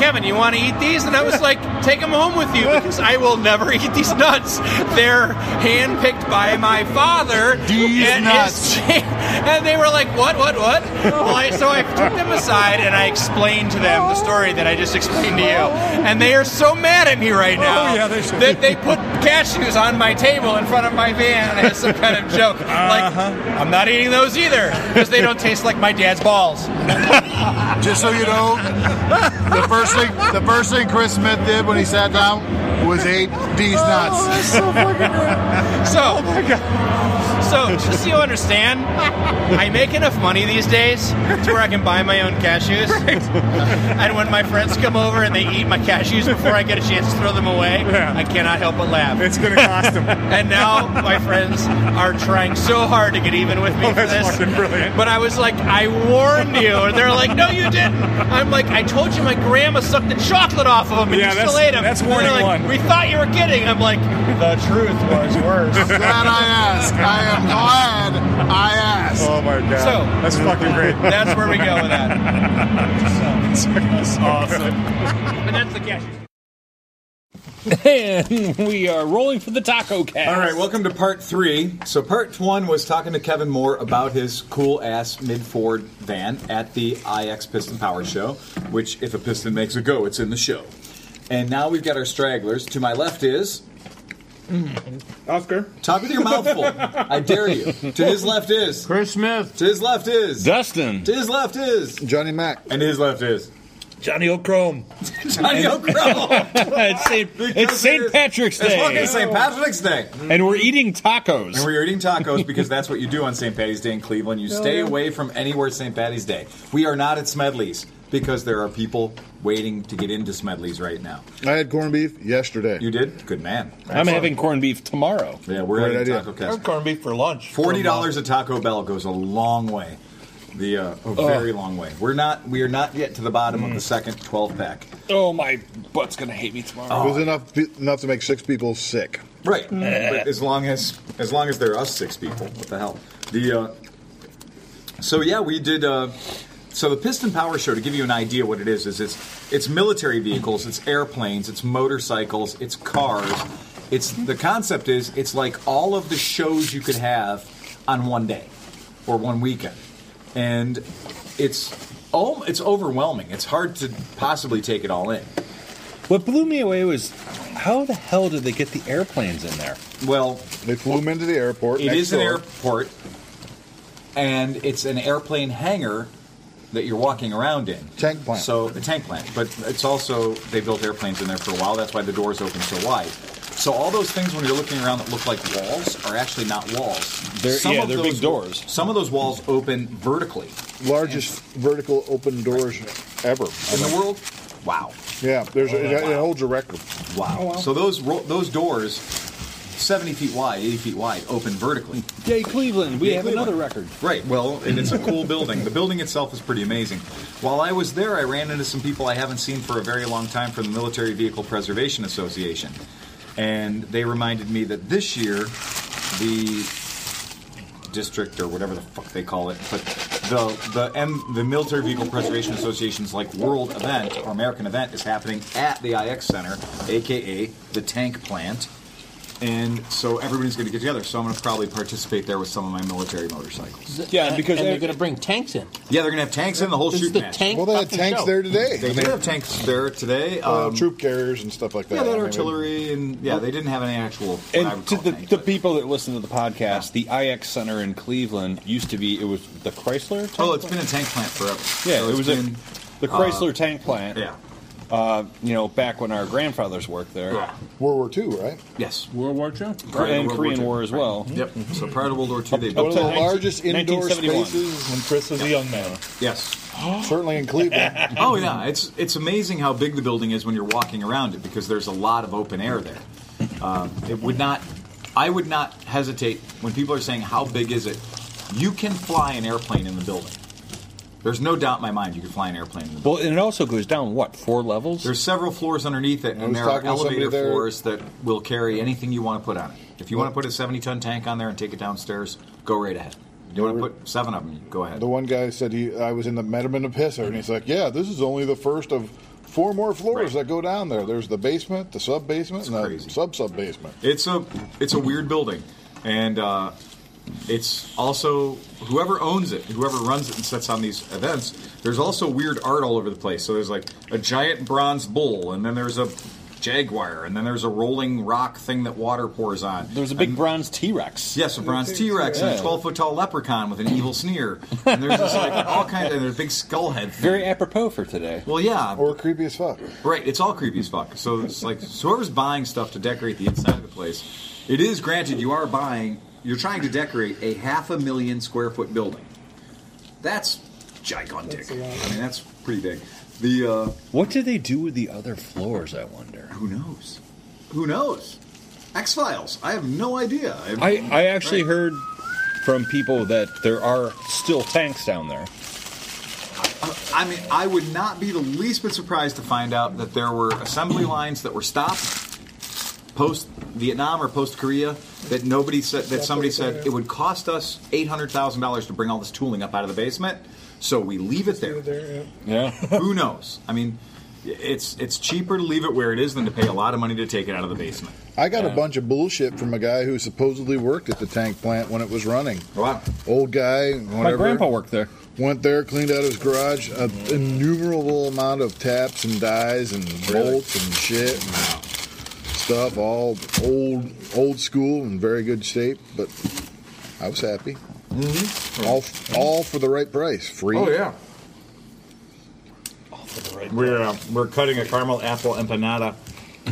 kevin you want to eat these and i was like take them home with you because i will never eat these nuts they're handpicked by my father
These
and his
nuts.
cha- and they were like what what what well, I, so i took them aside and i explained to them the story that i just explained to you and they are so mad at me right now
Oh, yeah, they should.
that they put cashews on my table in front of my van as some kind of joke like
Uh-huh.
i'm not eating those either because they don't taste like my dad's balls
Just so you know, the first thing the first thing Chris Smith did when he sat down was ate these nuts.
So, so just so you understand, I make enough money these days to where I can buy my own cashews. and when my friends come over and they eat my cashews before I get a chance to throw them away,
Yeah.
I cannot help but laugh.
It's going to cost him.
And now my friends are trying so hard to get even with me for
Oh, that's
this.
fucking brilliant.
But I was like, I warned you. And they're like, no, you didn't. I'm like, I told you my grandma sucked the chocolate off of them and
Yeah,
you
that's-
still ate them.
that's
And they're
warning
like,
one.
We thought you were kidding. I'm like, the truth was worse.
Glad I asked. I am glad I asked.
Oh my god.
So-
that's fucking great.
That's where we go with that.
That's awesome.
And that's the cash.
And we are rolling for the taco cast.
All right, welcome to part three. So, part one was talking to Kevin Moore about his cool ass mid Ford van at the IX Piston Power Show, which, if a piston makes a go, it's in the show. And now we've got our stragglers. To my left is Mm.
Oscar.
talk with your mouth full. I dare you. To his left is
Chris Smith.
to his left is to
Dustin.
his left is
Um, Johnny Mac.
and to his left is
Johnny O'Chrome.
Johnny O'Crow.
it's St. It's St. Patrick's
It's fucking
Day.
St. Patrick's Day.
And we're eating
And
tacos.
we're eating tacos because that's what you do on St. Patty's Day in Cleveland. You
Oh,
stay away from anywhere St. Patty's Day. We are not at Smedley's because there are people waiting to get into Smedley's right now.
I had corned beef yesterday.
You did? Good man.
I'm having corned beef tomorrow.
Yeah, we're
Great
at
idea.
Taco Cast.
corned beef for lunch.
Forty dollars at Taco Bell goes a long way. The uh, a very long way. We're not we are not yet to the bottom
Mm.
of the second twelve pack.
Oh, my butt's going to hate me tomorrow.
It was enough enough to make six people sick.
Right. But as long as as long as there are us six people, what the hell? The uh, so yeah, we did. Uh, so the Piston Power Show, to give you an idea what it is, is it's it's military vehicles, it's airplanes, it's motorcycles, it's cars. It's the concept is it's like all of the shows you could have on one day or one weekend, and it's oh, it's overwhelming. It's hard to possibly take it all in.
What blew me away was how the hell did they get the airplanes in there?
Well,
They flew him into the airport.
It
next
is an
door.
airport, and it's an airplane hangar that you're walking around in.
Tank plant.
So a tank plant, but it's also they built airplanes in there for a while. That's why the doors open so wide. So all those things when you're looking around that look like walls are actually not walls.
They're- yeah, they're big
those-
doors.
Some of those walls open vertically
Largest vertical open doors ever. I
in the
Uh-huh.
think.
world. Wow.
Yeah, there's a, it, it holds a record.
Wow.
Oh,
So those ro- those doors, 70 feet wide, 80 feet wide, open vertically.
Yay, Cleveland. We
Yay,
have
Cleveland.
another record.
Right. Well, and it's a cool building. The building itself is pretty amazing. While I was there, I ran into some people I haven't seen for a very long time from the Military Vehicle Preservation Association, and they reminded me that this year the district or whatever the fuck they call it, but the the M, the Military Vehicle Preservation Association's like world event or American event is happening at the IX Center, aka the Tank Plant. And so everybody's going to get together. So I'm going to probably participate there with some of my military motorcycles.
Yeah, because
and
they-
they're going to bring tanks in.
Yeah, they're gonna have tanks in the whole
This is
shoot
the
match.
tank.
Well, they had
fucking
tanks
show.
there today.
They do have tanks there today.
Oh,
Uh,
Um,
troop carriers and stuff like that.
yeah, they
I
had
mean,
artillery and yeah, they didn't have any actual. what I
And
would
to
call
the,
tanks,
the
but-
people that listen to the podcast, the IX Center in Cleveland used to be, it was the Chrysler? tank
Oh, it's been
plant?
a tank plant forever.
Yeah,
So
it
it's
was
been.
a, the Chrysler tank plant.
yeah.
Uh, you know, back when our grandfathers worked there.
Yeah.
World War II, right?
Yes.
World War II.
Prior to
And
World
Korean
II.
War as well.
Right. Yep. So prior to World War II, they built
Up
The
to
that.
nineteen-
largest indoor
1971.
spaces,
When Chris was a young man.
Yes.
certainly in Cleveland.
Oh yeah, it's it's amazing how big the building is when you're walking around it because there's a lot of open air there. Um, it would not, I would not hesitate when people are saying how big is it. You can fly an airplane in the building. There's no doubt in my mind you could fly an airplane. in the
Well, and it also goes down what four levels?
There's several floors underneath it,
I
and
was
there are
talking to somebody
elevator
there-
floors that will carry anything you want to put on it. If you want to put a 70 ton tank on there and take it downstairs, go right ahead. You want to put seven of them, go ahead.
The one guy said he I was in the Metaman of Pisser, and he's like, "Yeah, this is only the first of four more floors that go down there. There's the basement, the sub basement, and the sub sub basement."
It's a it's a weird building, and uh, it's also whoever owns it, whoever runs it and sets on these events. There's also weird art all over the place. So there's like a giant bronze bull, and then there's a jaguar, and then there's a rolling rock thing that water pours on. There's a big
bronze T Rex.
Yes, a bronze T Rex and a
Yeah.
12 foot tall leprechaun with an evil sneer. And there's just like all kinds of there's a big skull head. Thing.
Very apropos for today.
Well, yeah.
Or creepy as fuck.
Right, it's all creepy as fuck. So it's like so whoever's buying stuff to decorate the inside of the place, it is granted you are buying, you're trying to decorate a half a million square foot building. That's gigantic. I mean, that's pretty big. The uh,
what do they do with the other floors? I wonder. Who
knows? Who knows? X Files. I have no idea.
I I actually heard from people that there are still tanks down there.
I mean, I would not be the least bit surprised to find out that there were assembly lines that were stopped post Vietnam or post Korea that nobody said that somebody said it would cost us eight hundred thousand dollars to bring all this tooling up out of the basement, so we leave it there.
Yeah.
Who knows? I mean, it's it's cheaper to leave it where it is than to pay a lot of money to take it out of the basement.
I got
Yeah.
a bunch of bullshit from a guy who supposedly worked at the tank plant when it was running.
Wow.
Old guy. Whatever,
grandpa worked there.
Went there, cleaned out his garage, an innumerable amount of taps and dies and bolts and shit and stuff, all old, old school and very good shape. But I was happy. Mm-hmm. All, all for the right price, free.
Oh, yeah. We're uh, we're cutting a caramel apple empanada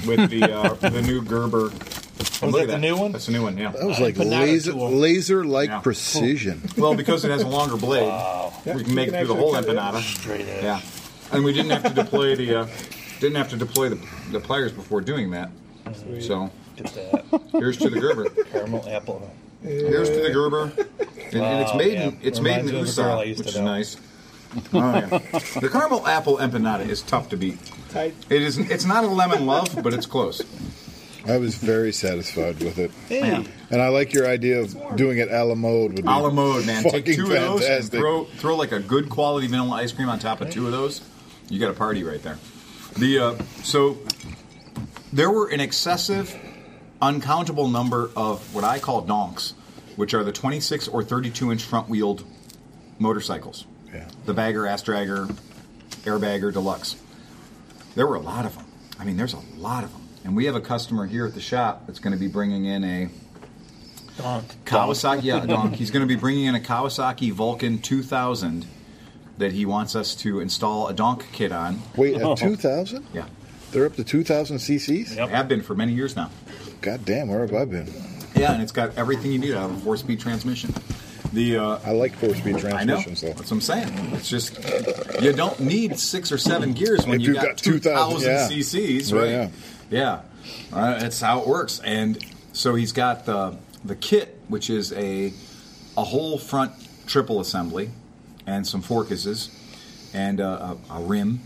with the uh, the new Gerber.
that
Look at
the new one?
That's the new one. Yeah,
Oh.
That was like laser, laser like precision.
Well, because it has a longer blade,
Yeah,
we
you
can make
can
it through the
actually
whole
cut it
empanada. Straight edge. Yeah, and we didn't have to deploy the uh, didn't have to deploy the, the pliers before doing that. So here's to the Gerber.
Caramel apple.
Here's to the Gerber. And, and it's
Wow,
made
yeah.
in, it's made in
Reminds me of a girl I
Husa,
used
which
to
is
know.
nice. Oh, yeah. The caramel apple empanada is tough to beat. Tight. It is. It's not a lemon love, but it's close.
I was very satisfied with it.
Hey.
And I like your idea of doing it a la mode. Would be
A la mode, man.
Fucking
Take two of those
fantastic.
and throw throw like a good quality vanilla ice cream on top of two of those. You got a party right there. The uh, so there were an excessive, uncountable number of what I call donks, which are the 26 or 32 inch front wheeled motorcycles. Yeah. The bagger, ass dragger, airbagger, deluxe. There were a lot of them. I mean, there's a lot of them. And we have a customer here at the shop that's going to be bringing in a Kawasaki, yeah, Donk. He's going to be bringing in a Kawasaki Vulcan 2000 that he wants us to install a Donk kit on.
Wait, a 2000?
Yeah.
They're up to 2000 cc's?
Have been for many years now.
God damn, where have I been?
Yeah, and it's got everything you need out of a four-speed transmission. The uh,
I like four-speed transmissions,
I know.
though.
That's what I'm saying. It's just you don't need six or seven gears when
If
you
you've
got,
got 2,000,
2,000
yeah.
cc's,
Yeah,
right? Yeah, Uh, that's how it works. And so he's got the the kit, which is a a whole front triple assembly and some forcases and uh, a, a rim,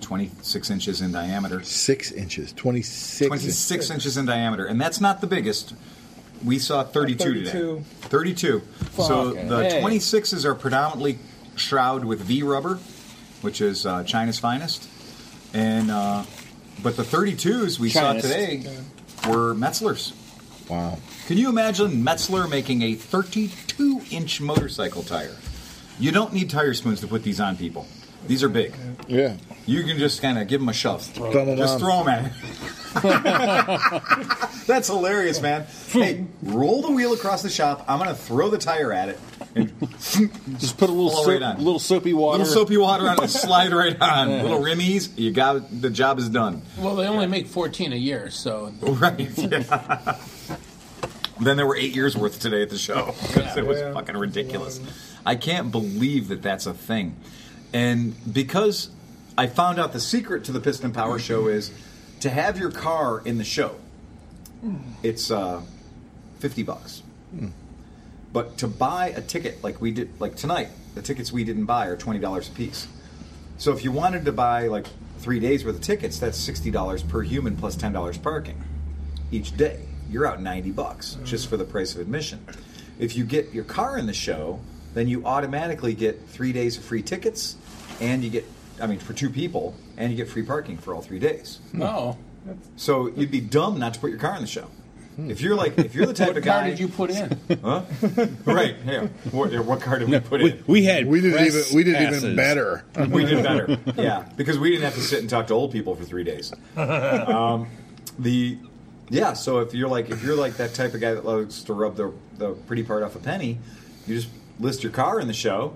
26 inches in diameter.
Six inches, 26.
26 inches in diameter, and that's not the biggest. We saw 32, today.
32.
32. So
Fuck.
the
Hey.
26s are predominantly shroud with V rubber, which is uh, China's finest, and uh, but the 32s we
Chinest.
saw today were Metzlers.
Wow!
Can you imagine Metzler making a 32-inch motorcycle tire? You don't need tire spoons to put these on people. These are big.
Yeah.
You can just kind of give them a shove.
throw 'em
just
on.
throw them at 'em. That's hilarious, man. Hey, roll the wheel across the shop. I'm gonna throw the tire at it. And just put a little,
soap- little soapy water.
little soapy water on it, slide right on. Little rimmies, you got the job is done.
Well, they only make 14 a year, so.
Right. yeah. then there were eight years worth today at the show. 'Cause it was
Yeah.
fucking ridiculous. I can't believe that that's a thing. And because I found out the secret to the Piston Power Show is to have your car in the show. It's uh, fifty bucks. But to buy a ticket like we did, like tonight, the tickets we didn't buy are twenty dollars a piece. So if you wanted to buy like three days worth of tickets, that's sixty dollars per human plus ten dollars parking each day. You're out ninety
Mm.
bucks just for the price of admission. If you get your car in the show, then you automatically get three days of free tickets, and you get, I mean, for two people, and you get free parking for all three days.
No.
So you'd be dumb not to put your car in the show. If you're like, if you're the type
Hmm. what
of
car
guy,
did you put in?
huh? right? Yeah. What, yeah, what car did we put in?
We had we
did even- we did even better. we did better.
Yeah.
Yeah, because we didn't have to sit and talk to old people for three days. Um, the yeah, so if you're like if you're like that type of guy that loves to rub the the pretty part off a penny, you just list your car in the show,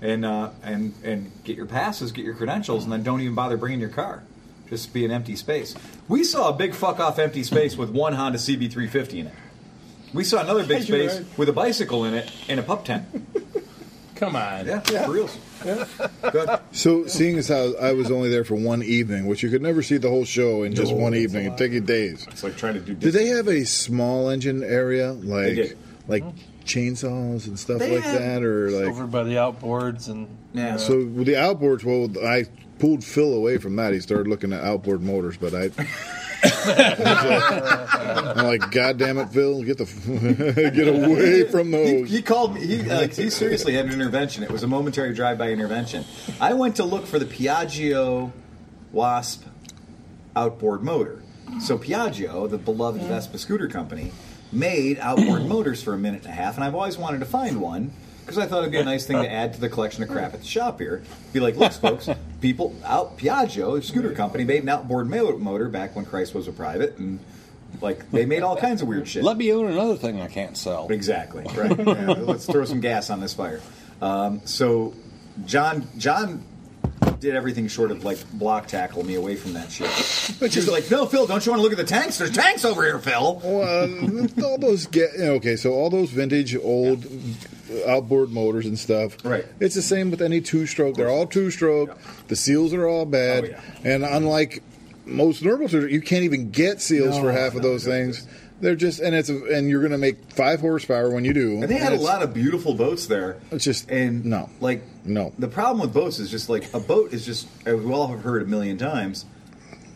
and uh, and and get your passes, get your credentials, and then don't even bother bringing your car. Just be an empty space. We saw a big fuck off empty space with one Honda CB350 in it. We saw another big
You're
space
right.
with a bicycle in it and a pup tent.
Come on.
Yeah, for real.
So, seeing as how I was only there for one evening, which you could never see the whole show in just one evening, it'd take you days.
It's like trying to do.
Did they have a small engine area like
did.
like chainsaws and stuff
They
like
had-
that, or like
over by the outboards and uh,
So with the outboards, well, I pulled Phil away from that. He started looking at outboard motors, but I. I'm like, God damn it, Phil, get the get away from those.
He, he called me. He, like, he seriously had an intervention. It was a momentary drive-by intervention. I went to look for the Piaggio Wasp outboard motor. So Piaggio, the beloved Vespa scooter company, made outboard motors for a minute and a half, and I've always wanted to find one because I thought it'd be a nice thing to add to the collection of crap at the shop here. Be like, look, folks, people out Piaggio, a scooter company, made an outboard mo- motor back when Christ was a private, and like they made all kinds of weird shit. Let me own another thing I can't sell. Exactly. Right. Yeah, let's throw some gas on this fire. Um, so, John, John did everything short of like block tackle me away from that shit. Which is like, no, Phil, don't you want to look at the tanks? There's tanks over here, Phil.
Well, uh, all those get okay. So all those vintage old outboard motors and stuff. Right. It's the same with any two-stroke. They're all two-stroke. The seals are all bad, and unlike most normal two, you can't even get seals for half of those things. They're just and it's a, and you're going to make five horsepower when you do.
And they had a
it's-
lot of beautiful boats there. It's just and no, like no. The problem with boats is just like a boat is just as we all have heard a million times.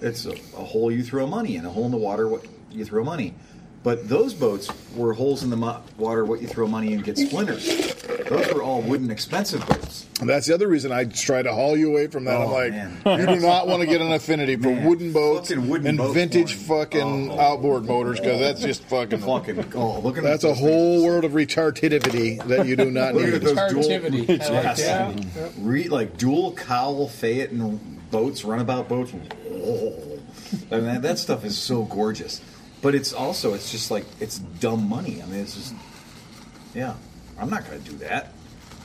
It's a, a hole you throw money in, a hole in the water what you throw money. But those boats were holes in the mo- water what you throw money in get splinters. Those were all wooden, expensive boats.
And that's the other reason I try to haul you away from that.
Oh,
I'm like,
man.
you do not want to get an affinity for
Man,
wooden boats
wooden Oh.
and
boat
vintage fucking outboard motors because that's just fucking.
fucking oh, look at
that's a whole world of retardivity that you do not
Look
need.
at those dual, Yes. Re, like dual cowl Phaeton boats, runabout boats. Whoa. I mean, that, that stuff is so gorgeous, but it's also it's just like it's dumb money. I mean, it's just yeah, I'm not going to do that.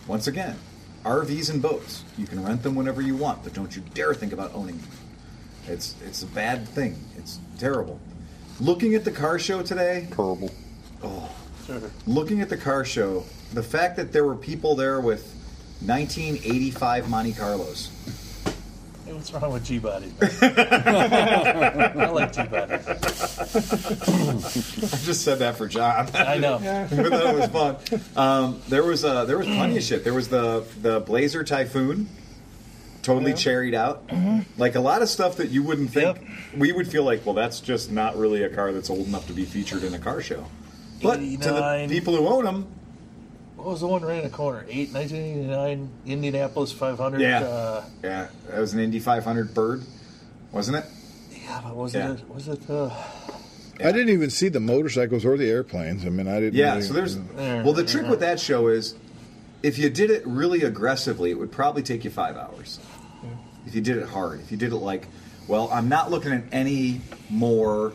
Once again, RVs and boats, you can rent them whenever you want, but don't you dare think about owning them. It's it's a bad thing. It's terrible. Looking at the car show today, terrible. Oh, looking at the car show, the fact that there were people there with 1985 Monte Carlos.
Hey, what's wrong with G bodies? I like G bodies.
I just said that for John.
I know.
but that was fun. Um, there was uh, there was plenty of shit. There was the the Blazer Typhoon, totally cherried out.
Mm-hmm.
Like a lot of stuff that you wouldn't think we would feel like. Well, that's just not really a car that's old enough to be featured in a car show. But to the
89.
people who own them,
What was the one right in the corner? Eight, 1989 Indianapolis 500.
yeah,
Uh,
yeah, that was an Indy 500 Bird, wasn't it?
yeah, but was
Yeah.
it? Was it? Uh,
I didn't even see the motorcycles or the airplanes. I mean, I didn't.
Yeah,
really-
so there's well the trick with that show is if you did it really aggressively, it would probably take you five hours. If you did it hard, if you did it like, well, I'm not looking at any more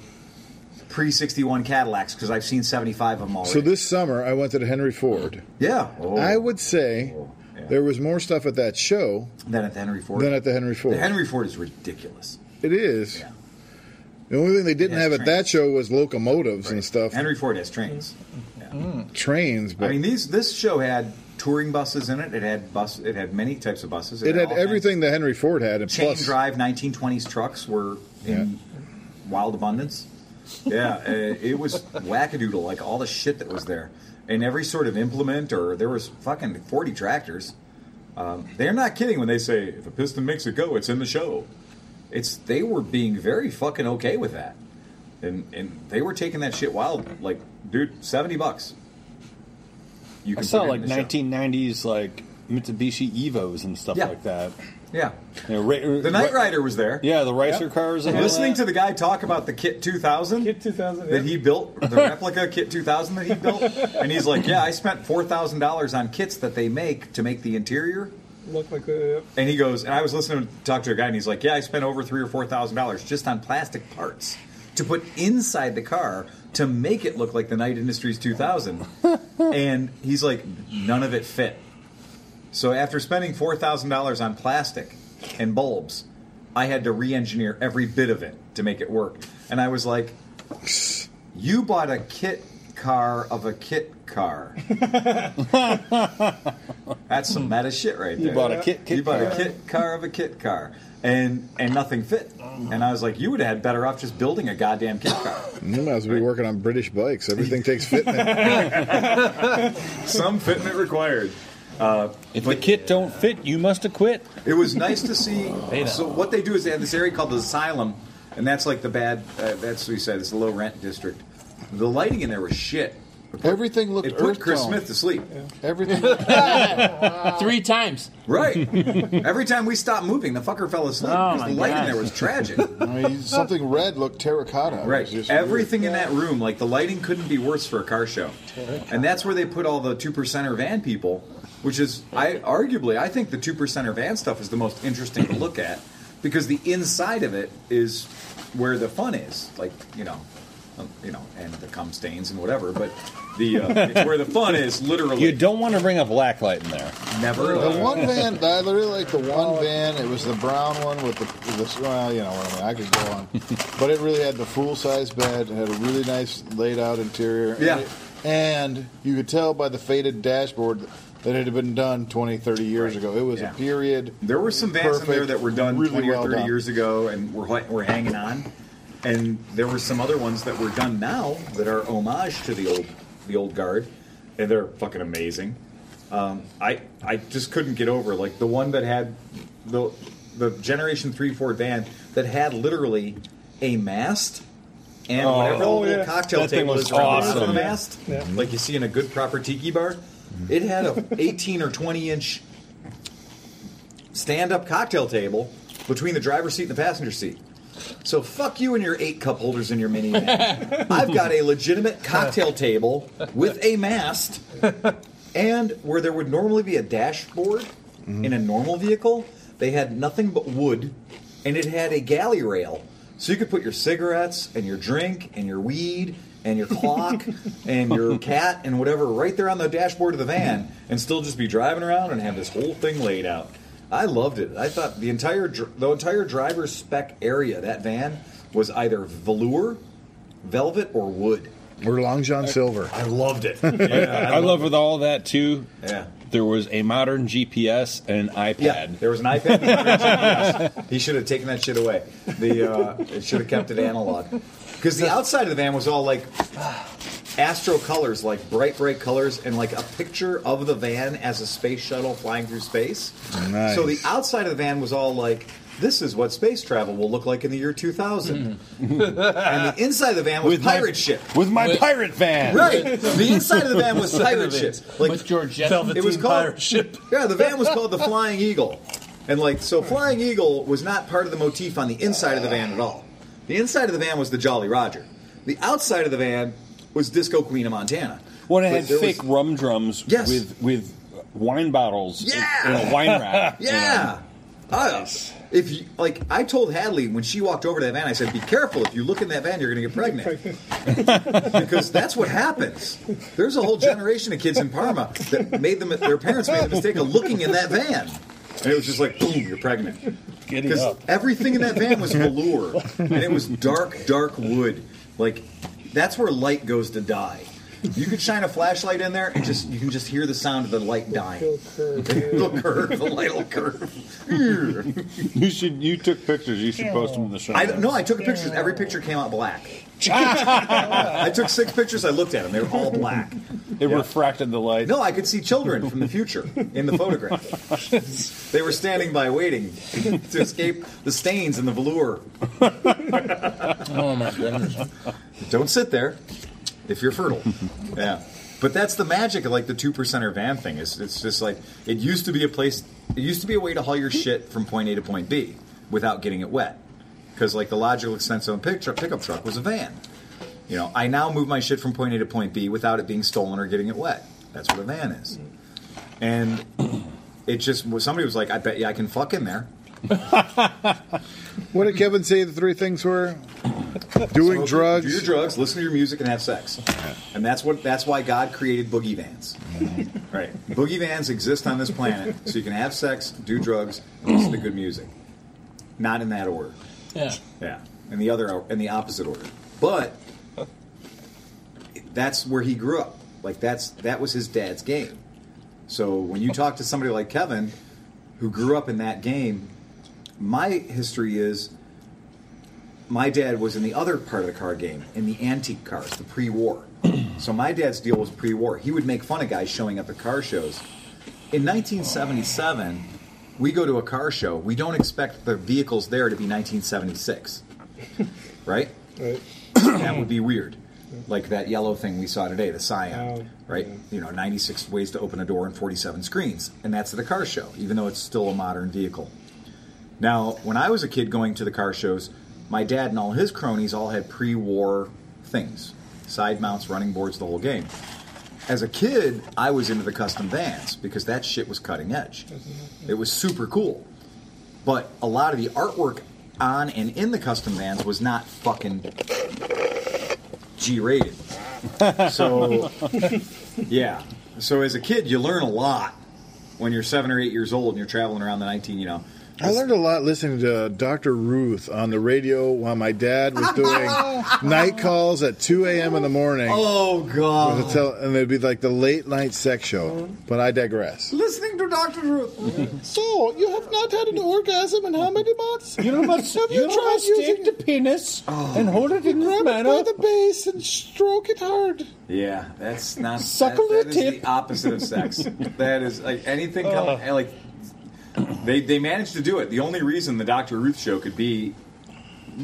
pre sixty one Cadillacs because I've seen seventy five of them already.
So this summer, I went to the Henry Ford.
yeah,
I would say there was more stuff at that show
than at the Henry Ford.
Than at the Henry Ford.
the Henry Ford is ridiculous.
It is. The only thing they didn't
Yes,
have at that show was locomotives and stuff, Mm.
Henry Ford has trains.
trains. But
I mean these this show had touring buses in it. It had bus. It had many types of buses.
it had
all kinds of-
everything that Henry Ford had, and
chain
plus
drive 1920s trucks were in wild abundance. Yeah, uh, it was wackadoodle, like all the shit that was there. and every sort of implement, or there was fucking 40 tractors. Um, they're not kidding when they say if a piston makes it go, it's in the show. It's they were being very fucking okay with that, and and they were taking that shit wild. Like, dude, seventy bucks.
You
can
I
put
saw
it in
like
the show.
1990s like Mitsubishi Evos and stuff
Yeah.
like that.
Yeah,
You know, ra-
the Knight Rider was there.
Yeah, the racer
Yep.
cars. And all
Listening
that.
to the guy talk about the Kit 2000, Kit 2000 that he built, the replica Kit 2000 that he built, and he's like, "Yeah, I spent four thousand dollars on kits that they make to make the interior."
Look like a.
And he goes, and I was listening to talk to a guy, and he's like, "Yeah, I spent over three or four thousand dollars just on plastic parts to put inside the car to make it look like the Knight Industries 2000." and he's like, "None of it fit." So after spending four thousand dollars on plastic and bulbs, I had to re-engineer every bit of it to make it work. And I was like, "You bought a kit car of a kit car." That's some meta shit right
You
there.
bought a kit- kit
You bought
car.
a kit car of a kit car, and and nothing fit. And I was like, you would have had better off just building a goddamn kit car.
You might as well be working on British bikes. Everything takes fitment.
some fitment required. Uh,
if the kit don't fit, you must have quit.
It was nice to see.
Beta.
So what they do is they have this area called the asylum, and that's like the bad. Uh, that's what you said. It's the low rent district. The lighting in there was shit.
Everything looked
It put Chris
earth-toned.
Smith to sleep.
Everything.
Three times.
Right. Every time we stopped moving, the fucker fell asleep.
Oh,
'cause
my
the light in
God.
there was tragic.
I mean, something red looked terracotta. It was
Right.
just
Everything
weird.
in that room, like the lighting couldn't be worse for a car show. And that's where they put all the two percenter van people, which is I arguably I think the two percenter van stuff is the most interesting to look at because the inside of it is where the fun is. Like, you know, um, you know, and the cum stains and whatever, but the uh, it's where the fun is literally.
You don't want to bring a black light in there.
Never.
The one van, I really like the one van. It was the brown one with the, with the well, you know what I mean. I could go on, but it really had the full size bed. It had a really nice laid out interior.
Yeah.
and, it- and you could tell by the faded dashboard that it had been done 20, 30 years ago. It was
Yeah.
a period.
There were some vans in there
perfect,
that were done
really
20 or
well
30
done.
years ago and were, hi- were hanging on. And there were some other ones that were done now that are homage to the old the old guard, and they're fucking amazing. Um, I I just couldn't get over like the one that had the the Generation Three Ford van that had literally a mast and
Oh,
whatever the
oh,
little
yeah.
cocktail
That thing
table
was
is around the
awesome.
mast,
Yeah.
like you see in a good proper tiki bar. It had a 18 or 20 inch stand up cocktail table between the driver's seat and the passenger seat. So fuck you and your eight cup holders in your minivan. I've got a legitimate cocktail table with a mast, and where there would normally be a dashboard in a normal vehicle, they had nothing but wood, and it had a galley rail, so you could put your cigarettes and your drink and your weed and your clock and your cat and whatever right there on the dashboard of the van, and still just be driving around and have this whole thing laid out. I loved it. I thought the entire dr- the entire driver's spec area that van was either velour, velvet, or wood.
Or Long John Silver.
I loved it.
I, love with all that too.
Yeah.
There was a modern GPS and an iPad.
Yeah, there was an iPad. and a GPS. He should have taken that shit away. The uh, it should have kept it analog because the outside of the van was all like astro colors, like bright, bright colors, and like a picture of the van as a space shuttle flying through space.
Nice.
So the outside of the van was all like. This is what space travel will look like in the year 2000. and the inside of the van was
With my-
pirate ship.
with my With- pirate van.
Right. The inside of the van was pirate ship. Like
With George Jetson.
it was called Yeah, the van was called the Flying Eagle, and like so, Flying Eagle was not part of the motif on the inside of the van at all. The inside of the van was the Jolly Roger. The outside of the van was Disco Queen of Montana.
When it
But
had
there was-
fake rum drums
Yes.
with with wine bottles
Yeah.
in a wine rack.
Yeah. I, uh, if you, like I told Hadley when she walked over to that van, I said, "Be careful! If you look in that van, you're going to get pregnant." because that's what happens. There's a whole generation of kids in Parma that made them. Their parents made the mistake of looking in that van, and it was just like, boom, you're pregnant. Because everything in that van was velour, and it was dark, dark wood. Like that's where light goes to die. You could shine a flashlight in there, and just you can just hear the sound of the light dying.
Little
curve, the light will curve.
you should. You took pictures. You should post them in the show.
I no, I took pictures. Every picture came out black. I took six pictures. I looked at them. They were all black.
It refracted the light.
No, I could see children from the future in the photograph. they were standing by waiting to escape the stains and the velour.
Oh my goodness.
Don't sit there if you're fertile. yeah. But that's the magic of like the two percenter van thing. Is it's just like it used to be a place. It used to be a way to haul your shit from point A to point B without getting it wet. Because like the logical extension of a pick- pickup truck was a van. You know, I now move my shit from point A to point B without it being stolen or getting it wet. That's what a van is. And it just was somebody was like, I bet you I can fuck in there.
What did Kevin say the three things were? Doing
Smoke,
drugs.
do your drugs, listen to your music, and have sex. And that's what that's why God created boogie vans. right, boogie vans exist on this planet so you can have sex, do drugs, and listen to good music. Not in that order.
Yeah.
Yeah, in the other in the opposite order. But that's where he grew up. Like that's that was his dad's game. So when you talk to somebody like Kevin, who grew up in that game, my history is my dad was in the other part of the car game, in the antique cars, the pre-war. so my dad's deal was pre-war. He would make fun of guys showing up at car shows. In 1977, we go to a car show. We don't expect the vehicles there to be 1976, right? that would be weird. Like that yellow thing we saw today, the Scion, right? You know, 96 ways to open a door and 47 screens, and that's at a car show, even though it's still a modern vehicle. Now, when I was a kid going to the car shows, my dad and all his cronies all had pre war things side mounts, running boards, the whole game. As a kid, I was into the custom vans because that shit was cutting edge. It was super cool. But a lot of the artwork on and in the custom vans was not fucking G rated. So, yeah. So as a kid, you learn a lot when you're seven or eight years old and you're traveling around the 19, you know.
I learned a lot listening to Dr. Ruth on the radio while my dad was doing night calls at 2 a.m. in the morning.
Oh, God.
With the tele- and it'd be like the late night sex show. But I digress.
Listening to Dr. Ruth.
so, you have not had an orgasm in how many months?
You know must
Have
you
you,
know
tried
must take
using
the penis and hold it in this
grab it by
manner?
the base and stroke it hard?
Yeah, that's not
Suckle
that,
the
that is the opposite of sex. that is like anything come,
Uh.
like they they managed to do it. The only reason the Dr. Ruth show could be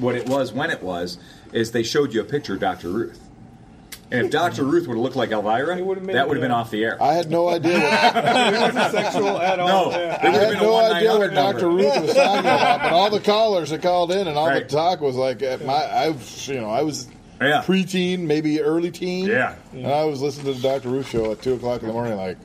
what it was when it was is they showed you a picture of Dr. Ruth. And if Dr. Ruth would have looked like Elvira, that would have
made it,
been
yeah.
off the air.
I had no idea.
it
wasn't
sexual at all. No,
I
it would have
had
been
no
a
idea what
1-900
Dr.
number.
Ruth was talking about, but all the callers that called in and all the talk was like, at my, I, was, you know, I was
yeah.
preteen, maybe early teen.
Yeah.
And I was listening to the Dr. Ruth show at 2 o'clock in the morning, like,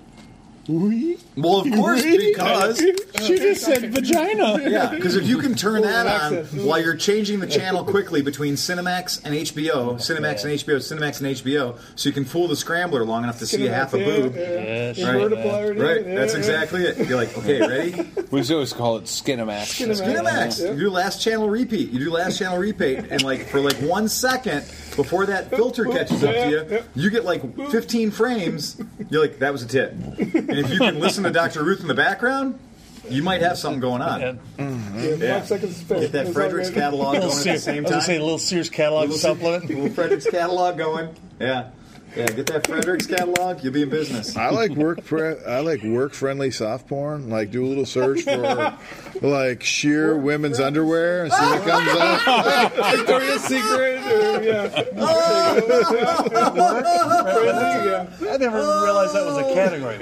Well, of course, because
She just said vagina.
Yeah, because if you can turn
Full
that on
access.
while you're changing the channel quickly between Cinemax and HBO, Cinemax and HBO, Cinemax and HBO, so you can fool the scrambler long enough to see a half a
yeah,
boob.
yeah. Yes.
Right,
Vertiplier,
right.
yeah,
That's
yeah.
exactly it. You're like, okay, ready?
We used to always call it Skinamax.
Skinemax. You do last channel repeat. You do last channel repeat, and like for like one second before that filter catches up to you, you get like 15 frames. You're like, that was a tip. And if you can listen to Dr. Ruth in the background, you might have something going on.
Yeah, Mm-hmm. Five seconds to spare.
Get that
It's
Fredericks
all good.
catalog going at the same
I
time.
was gonna say a little Sears catalog
Little Se-
supplement.
little Fredericks catalog going. Yeah, yeah. Get that Fredericks catalog. You'll be in business.
I like work. Pre- I like work friendly soft porn. Like do a little search for like sheer women's underwear and see what comes up.
Victoria's Secret. Or, yeah. Friendly, yeah. I never realized that was a category.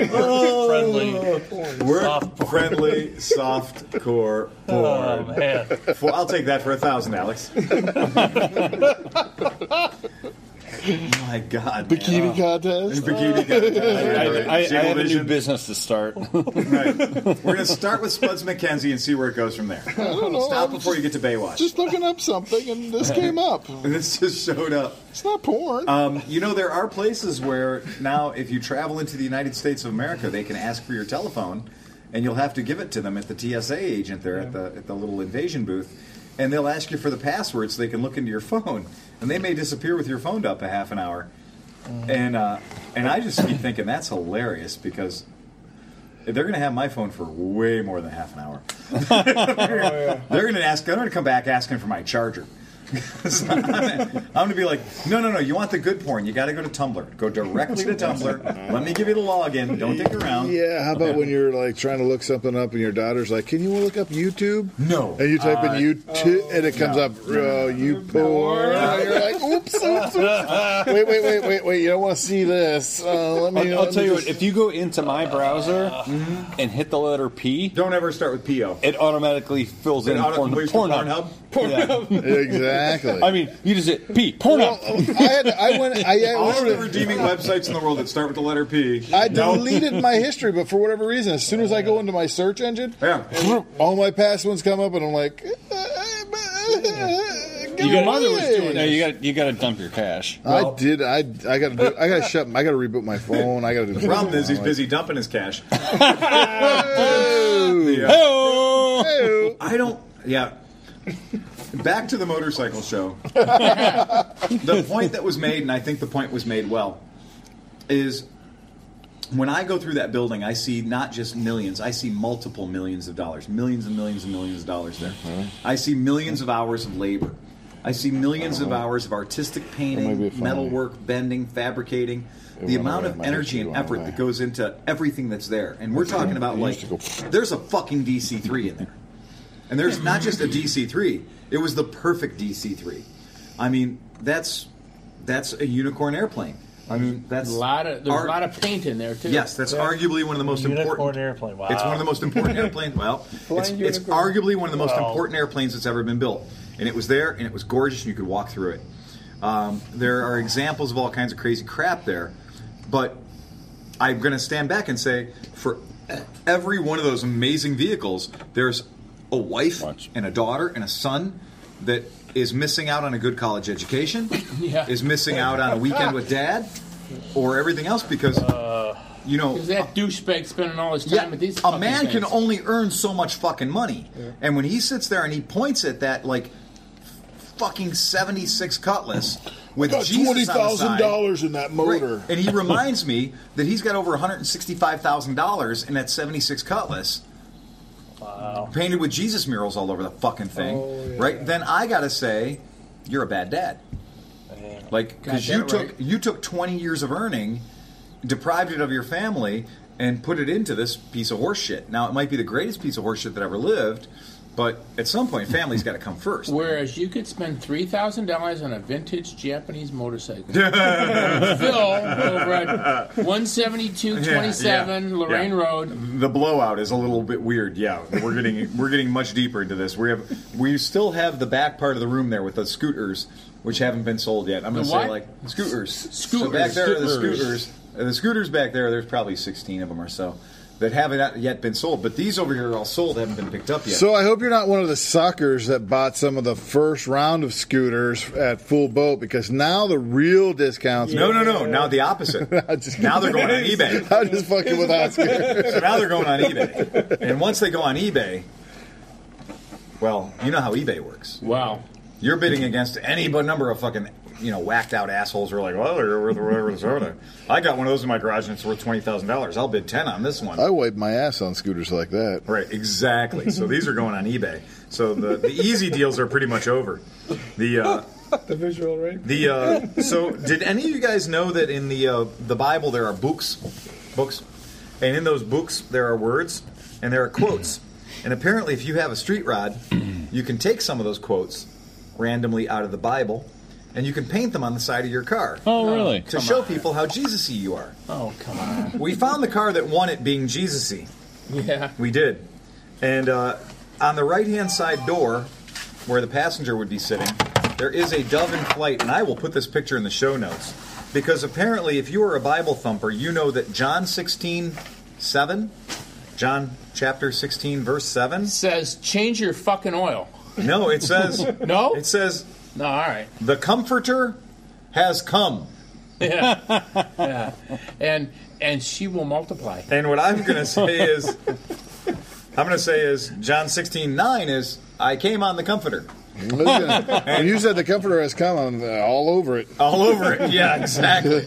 Friendly.
Work
Soft porn.
Oh. friendly soft core porn.
Oh, man.
For- I'll take that for a thousand, Alex. My God,
Bikini contest.
Bikini contest.
I, I, I have a new
Jinglevision.
business to start.
We're gonna start with Spuds McKenzie and see where it goes from there.
I don't know.
Stop
I'm
before you get to Baywatch.
Just looking up something and this came up.
this just showed up.
It's not porn.
Um, you know, there are places where now, if you travel into the United States of America, they can ask for your telephone, and you'll have to give it to them at the TSA agent there at the at the little invasion booth, and they'll ask you for the password so they can look into your phone, and they may disappear with your phone up a half an hour. and uh, and I just keep thinking that's hilarious because they're going to have my phone for way more than half an hour. They're going to ask. They're going to come back asking for my charger. So I'm going to be like, no, no, no. You want the good porn? You got to go to Tumblr. Go directly to Tumblr. Let me give you the login. Don't dick around.
Yeah, how about when you're like trying to look something up and your daughter's like, "Can you look up YouTube?"
No,
and you type
Uh,
in YouTube and it comes
no.
up, "Oh, you poor." And you're like, "Oops, oops, oops." wait, wait, wait, wait, wait. You don't want to see this. Uh, let me.
I'll, I'll
let
tell
me
you
just-
what. If you go into my browser and hit the letter P,
don't ever start with PO.
It automatically fills
It
in porn,
autocompletes to
Pornhub.
Pornhub.
Yeah.
Exactly.
I mean, you just hit P Pornhub.
I had. I went. I, I
All of the
ordered-
redeeming websites in the world that start with the letter P.
I
No.
deleted my history, but for whatever reason, as soon as I go into my search engine, uh, all my past ones come up, and I'm like,
Your mother
was doing
No, you got you got to dump your cash.
I did. I I gotta. Do, I gotta shut. I gotta reboot my phone. I gotta. Do
The problem is he's
I'm like,
busy dumping his cash.
Oh.
I don't. Yeah. Back to the motorcycle show. the point that was made, and I think the point was made well, is when I go through that building, I see not just millions, I see multiple millions of dollars, millions and millions and millions of dollars there.
Mm-hmm.
I see millions of hours of labor. I see millions of
Mm-hmm.
hours of artistic
Maybe
painting,
if I-
metalwork, bending, fabricating,
It
the
went
amount
away,
of
my
energy
issue
and
went
effort
away.
that goes into everything that's there. And we're
Okay.
talking about
It
like,
used
there's a fucking DC3 in there. And there's not just a DC3. It was the perfect DC3. I mean, that's that's a unicorn airplane. I mean, that's
a lot of there's
ar-
a lot of paint in there too.
Yes, that's arguably one of the most important airplane.
wow.
It's one of the most important airplanes. Well, it's,
Flying
it's
unicorn.
arguably one of the most
Wow.
important airplanes that's ever been built, and it was there, and it was gorgeous, and you could walk through it. Um, there are examples of all kinds of crazy crap there, but I'm going to stand back and say for every one of those amazing vehicles, there's a wife and a daughter and a son that is missing out on a good college education, is missing out on a weekend with dad, or everything else because you know
Uh, that douchebag spending all his time with these.
a
fucking
man can
things.
only earn so much fucking money. And when he sits there and he points at that like fucking 76 Cutlass with
I got
Jesus on the
$20,000
side-
in that motor.
Right. And he reminds me that he's got over $165,000 in that 76 Cutlass. Painted with Jesus murals all over the fucking thing, right? Then I gotta say, you're a bad dad. Like because
Got
you
that
took you took 20 years of earning, deprived it of your family, and put it into this piece of horseshit. Now it might be the greatest piece of horseshit that ever lived, but at some point, family's got to come first.
Whereas you could spend three thousand dollars on a vintage Japanese motorcycle. Phil over at one seventy two twenty seven Lorraine Road.
The blowout is a little bit weird. Yeah, we're getting we're getting much deeper into this. We have we still have the back part of the room there with the scooters, which haven't been sold yet. I'm
The
gonna say
what?
like scooters.
Scooters.
So back there are the
Scooters.
scooters. Uh, The scooters back there. There's probably 16 of them or so that haven't not yet been sold. But these over here are all sold, haven't been picked up yet.
So I hope you're not one of the suckers that bought some of the first round of scooters at full boat because now the real discounts.
No, no, no. Now the opposite. now they're going on eBay.
I'm just fucking with Oscar.
so now they're going on eBay. And once they go on eBay, well, you know how eBay works.
Wow.
You're bidding against any but number of fucking, you know, whacked out assholes who are like, well, they're worth whatever it's worth. I got one of those in my garage and it's worth $20,000. I'll bid 10 on this one.
I wipe my ass on scooters like that.
Right, exactly. So these are going on eBay. So the, the easy deals are pretty much over. The uh,
the visual, right?
the uh, so did any of you guys know that in the uh, the Bible there are books, books, and in those books there are words and there are quotes, and apparently if you have a street rod, you can take some of those quotes randomly out of the Bible, and you can paint them on the side of your car.
Oh, really?
To show people how Jesus-y you are.
Oh come on.
We found the car that won it being Jesus-y.
Yeah.
We did. And uh, on the right hand side door, where the passenger would be sitting, there is a dove in flight, and I will put this picture in the show notes. Because apparently, if you are a Bible thumper, you know that John 16, 7, John chapter 16, verse 7
says, change your fucking oil.
No, it says,
no?
It says,
no, all right.
The Comforter has come.
Yeah. yeah. And and she will multiply.
And what I'm going to say is, I'm going to say is John 16:9 is I came on the comforter.
when you said the comforter has come, I'm uh, all over it.
All over it. Yeah, exactly.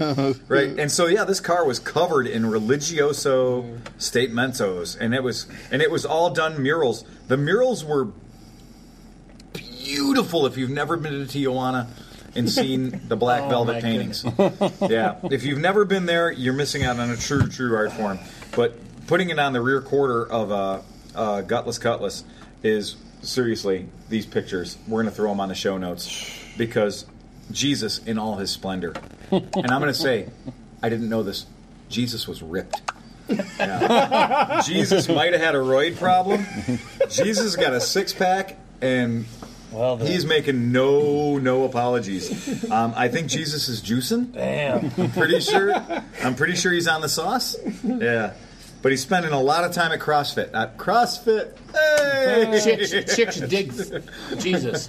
right. And so yeah, this car was covered in religioso statementos, and it was and it was all done murals. The murals were beautiful. If you've never been to Tijuana and seen the black
Oh, my
velvet paintings, yeah. If you've never been there, you're missing out on a true true art form. But putting it on the rear quarter of a, a gutless cutlass is seriously these pictures. We're going to throw them on the show notes because Jesus in all his splendor. And I'm going to say, I didn't know this. Jesus was ripped. Yeah. Jesus might have had a roid problem. Jesus got a six pack, and he's making no no apologies. Um, I think Jesus is juicing. Damn, I'm pretty sure. I'm pretty sure he's on the sauce. Yeah, but he's spending a lot of time at CrossFit. Uh, CrossFit. Hey!
Chicks, chicks dig Jesus.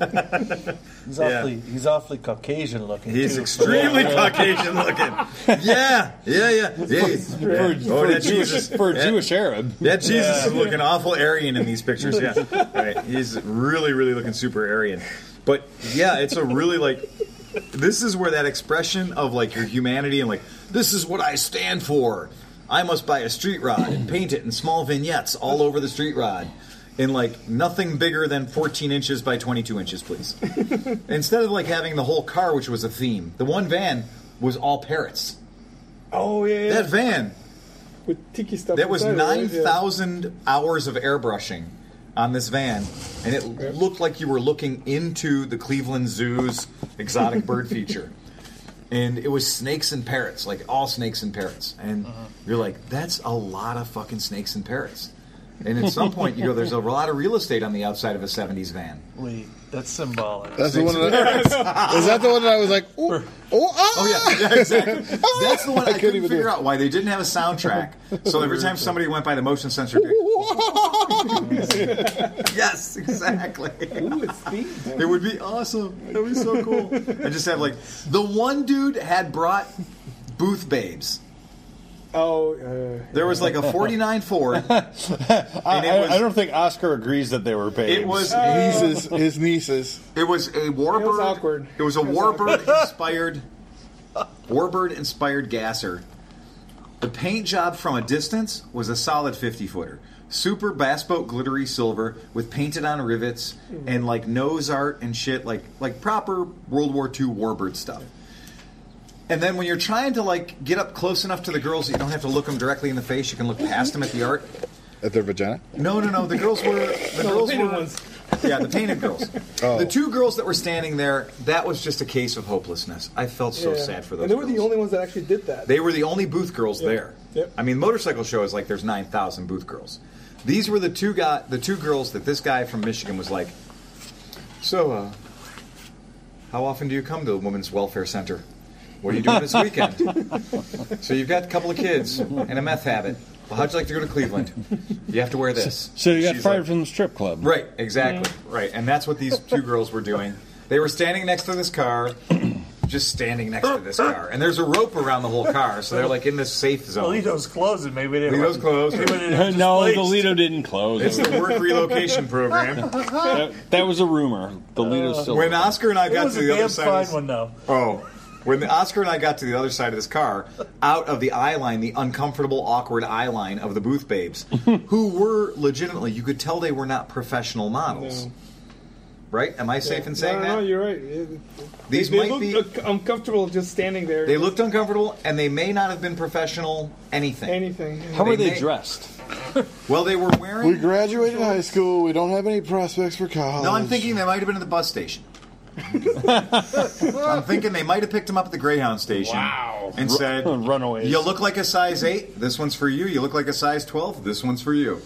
He's awfully, he's awfully Caucasian looking.
He's
too.
extremely Caucasian looking. Yeah, yeah, yeah. yeah. Oh,
For- for
that
Jewish- for a
that-
Jewish Arab.
That Jesus
Yeah.
is looking awful Aryan in these pictures. Yeah, right. He's really, really looking super Aryan. But yeah, it's a really like. This is where that expression of like your humanity and like this is what I stand for. I must buy a street rod and paint it in small vignettes all over the street rod. In like nothing bigger than 14 inches by 22 inches, please. Instead of like having the whole car, which was a theme, the one van was all parrots.
Oh yeah,
That van
with tiki stuff.
that was
inside, right?
nine
Yeah.
thousand hours of airbrushing on this van, and it looked like you were looking into the Cleveland Zoo's exotic bird feature. And it was snakes and parrots, like all snakes and parrots. And
Uh-huh.
you're like, that's a lot of fucking snakes and parrots. And at some point, you go, there's a lot of real estate on the outside of a '70s van.
Wait, that's symbolic.
That's the one that-
Is that the one that I was like, oh, oh, ah!
Oh yeah, yeah, exactly. That's the one I,
I couldn't
couldn't,
even do
figure
it.
out why they didn't have a soundtrack. So every time somebody went by the motion sensor, yes, exactly. it would be awesome. That would be so cool. I just have like the one dude had brought booth babes.
Oh, uh,
There was like a '49 Ford.
I,
it
I-
was-
I don't think Oscar agrees that they were paid.
It was
Jesus.
his nieces.
It was a Warbird. It was awkward. It was a Warbird inspired. Warbird inspired gasser. The paint job from a distance was a solid 50 footer. Super bass boat glittery silver with painted on rivets and like nose art and shit, like like proper World War II Warbird stuff. And then when you're trying to like get up close enough to the girls that you don't have to look them directly in the face, you can look past them at the art.
At their vagina?
No, no, no. The girls were the girls were yeah, the painted girls. The two girls that were standing there, that was just a case of hopelessness. I felt so
yeah.
sad for
And
those.
they were the only ones that actually did that.
They were the only booth girls
Yeah.
there.
Yep.
I mean, motorcycle show is like there's nine thousand booth girls. These were the two guy, the two girls that this guy from Michigan was like. So, uh, how often do you come to the women's welfare center? What are you doing this weekend? so you've got a couple of kids and a meth habit. Well, how'd you like to go to Cleveland? You have to wear this.
So you got
She's
fired
like,
from the strip club.
Right, exactly. Right, and that's what these two girls were doing. They were standing next to this car, just standing next to this car, and there's a rope around the whole car, so they're like in this safe
Well,
zone.
Lido's closed, and maybe they
Lido's closed.
no, the Lido didn't close.
It's the work relocation program.
that, that was a rumor. The Lido's still
when Oscar and I
It
got
was
to
a
the other
damn
side, of
fine
this-
one, though.
Oh, when the, Oscar and I got to the other side of this car, out of the eye line, the uncomfortable, awkward eye line of the booth babes, who were legitimately, you could tell they were not professional models.
No.
Right? Am I safe in
no,
saying that?
No, you're right. It-
These
they, they
might
looked un- uncomfortable just standing there.
They looked uncomfortable, and they may not have been professional anything.
anything.
may- Well, they were wearing.
We graduated high school. We don't have any prospects for college.
No, I'm thinking they might have been at the bus station. I'm thinking they might have picked him up at the Greyhound station and said,
"Runaways,
you look like a size eight. This one's for you. You look like a size twelve. This one's for you."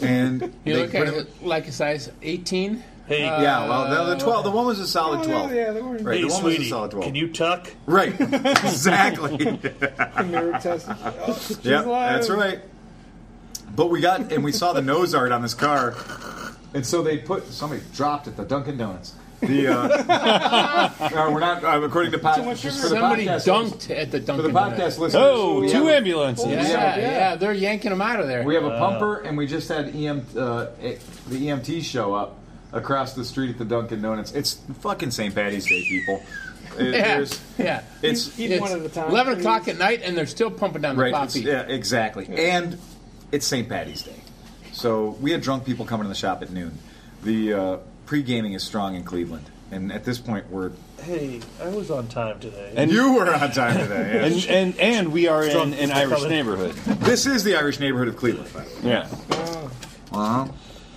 And
You
they
look
put
at
him-
it like a size 18.
yeah, well, the, the twelve. The one was a solid
Oh, yeah,
twelve.
yeah, they were-
right,
Hey,
the one was
sweetie,
a solid twelve.
Can you tuck?
Right, exactly.
Mirror test.
yeah,
alive.
that's right. But we got and we saw the nose art on this car, and so they put somebody dropped at the Dunkin' Donuts. The uh, no, we're not uh, according to pod, just for the
Somebody
podcast
dunked at the Dunkin'
for the podcast
Donuts.
listeners.
Oh,
we
two
have a-
ambulances.
we
Yeah,
have
yeah,
a-
they're yanking them out of there.
E We have a pumper, and we just had EM, uh, eh, the EMT E show up. across the street at the Dunkin' Donuts. It's fucking St. Patty's Day, people. It-
yeah,
there's-
yeah.
It's- Eat one at a time,
Eleven
please.
o'clock at night, and they're still pumping down the
right, it's-
coffee.
yeah, exactly. And it's St. Patty's Day, so we had drunk people coming to the shop at noon. The uh, pre gaming is strong in Cleveland, and at this point we're
Hey, I was on time today.
yeah.
and, and and we are in
Drunk
an
people
Irish
coming.
neighborhood.
This is the Irish neighborhood of Cleveland, by the way.
Yeah.
Uh huh.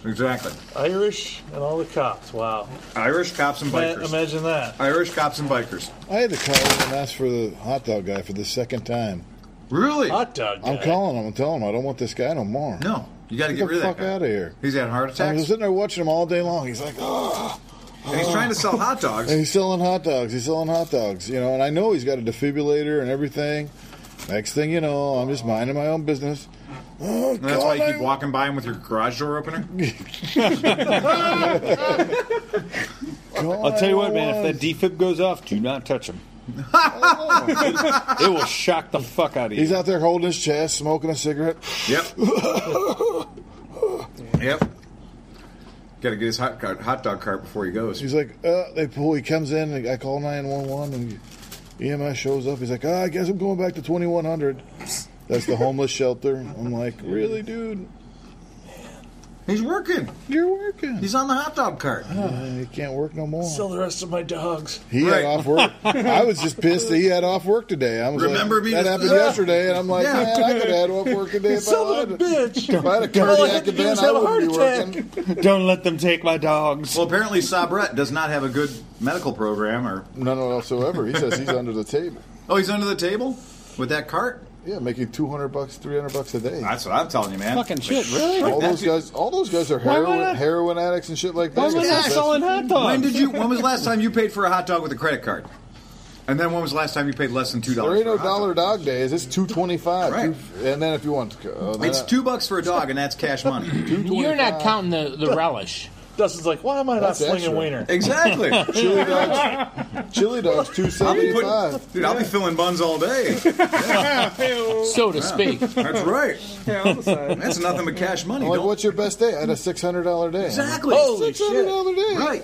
Exactly.
Irish and all the cops. Wow.
Irish cops and
Ima-
bikers.
Imagine that.
Irish cops and bikers.
I had to call him and ask for the hot dog guy for the second time.
Really?
Hot dog.
I'm calling him and telling him I don't want this guy no more.
No, you got to get
get, the
rid of that
fuck
guy.
out of here.
He's had heart
I'm
attacks.
just sitting there watching him all day long. He's like, oh.
And he's trying to sell hot dogs.
And he's selling hot dogs. He's selling hot dogs. You know, and I know he's got a defibrillator and everything. Next thing you know, I'm just minding my own business. Oh,
And that's why you
God,
keep walking by him with your garage door opener.
I'll tell you what, man. If that defib goes off, do not touch him. it will shock the fuck out of you.
He's out there holding his chest, smoking a cigarette.
Yep. yep. Got to get his hot, cart, hot dog cart before he goes.
He's like, uh, they pull. He comes in. And I call nine one one, and EMS shows up. He's like, ah, I guess I'm going back to twenty one hundred. That's the homeless shelter. I'm like, really, dude?
He's working.
You're working.
He's on the hot dog cart.
Uh, he can't work no more.
Sell the rest of my dogs.
He had off work. I was just pissed that he had off work today. I was
Remember
like,
me
that
to-
happened yesterday, and I'm like,
Yeah.
man, I could have had off work today. if I
Son of a
wanted to."
bitch.
If I had a
All I
cardiac
had to do
event,
was
I
have a
wouldn't
heart
be working.
attack.
Don't let them take my dogs.
Well, apparently Sabret does not have a good medical program, or
none whatsoever. He says he's under the table.
Oh, he's under the table with that cart.
Yeah, making two hundred bucks, three hundred bucks a day.
That's what I'm telling you, man.
Fucking shit,
Like,
really?
all
that
those
dude-
guys, all those guys are
Why would
heroin,
I-
heroin addicts and shit like that. That's-
When did you? When was the last time you paid for a hot dog with a credit card? And then when was the last time you paid less than two
There
dollars?
ain't no dollar dog days. It's two twenty five.
Right.
And then if you want, to, uh,
It's two bucks for a dog, and that's cash money.
You're not counting the, the relish.
Dustin's like, why am I
That's
not
extra.
slinging wiener?
Exactly.
chili dogs. Chili dogs two seventy five.
Dude, I'll be filling buns all day. Yeah.
So to
Yeah.
speak.
That's right.
Yeah, on the side.
That's nothing but cash money.
I'm like,
don't-
what's your best day? I had a six hundred dollar day.
Exactly.
Holy
Six hundred dollar day.
Right.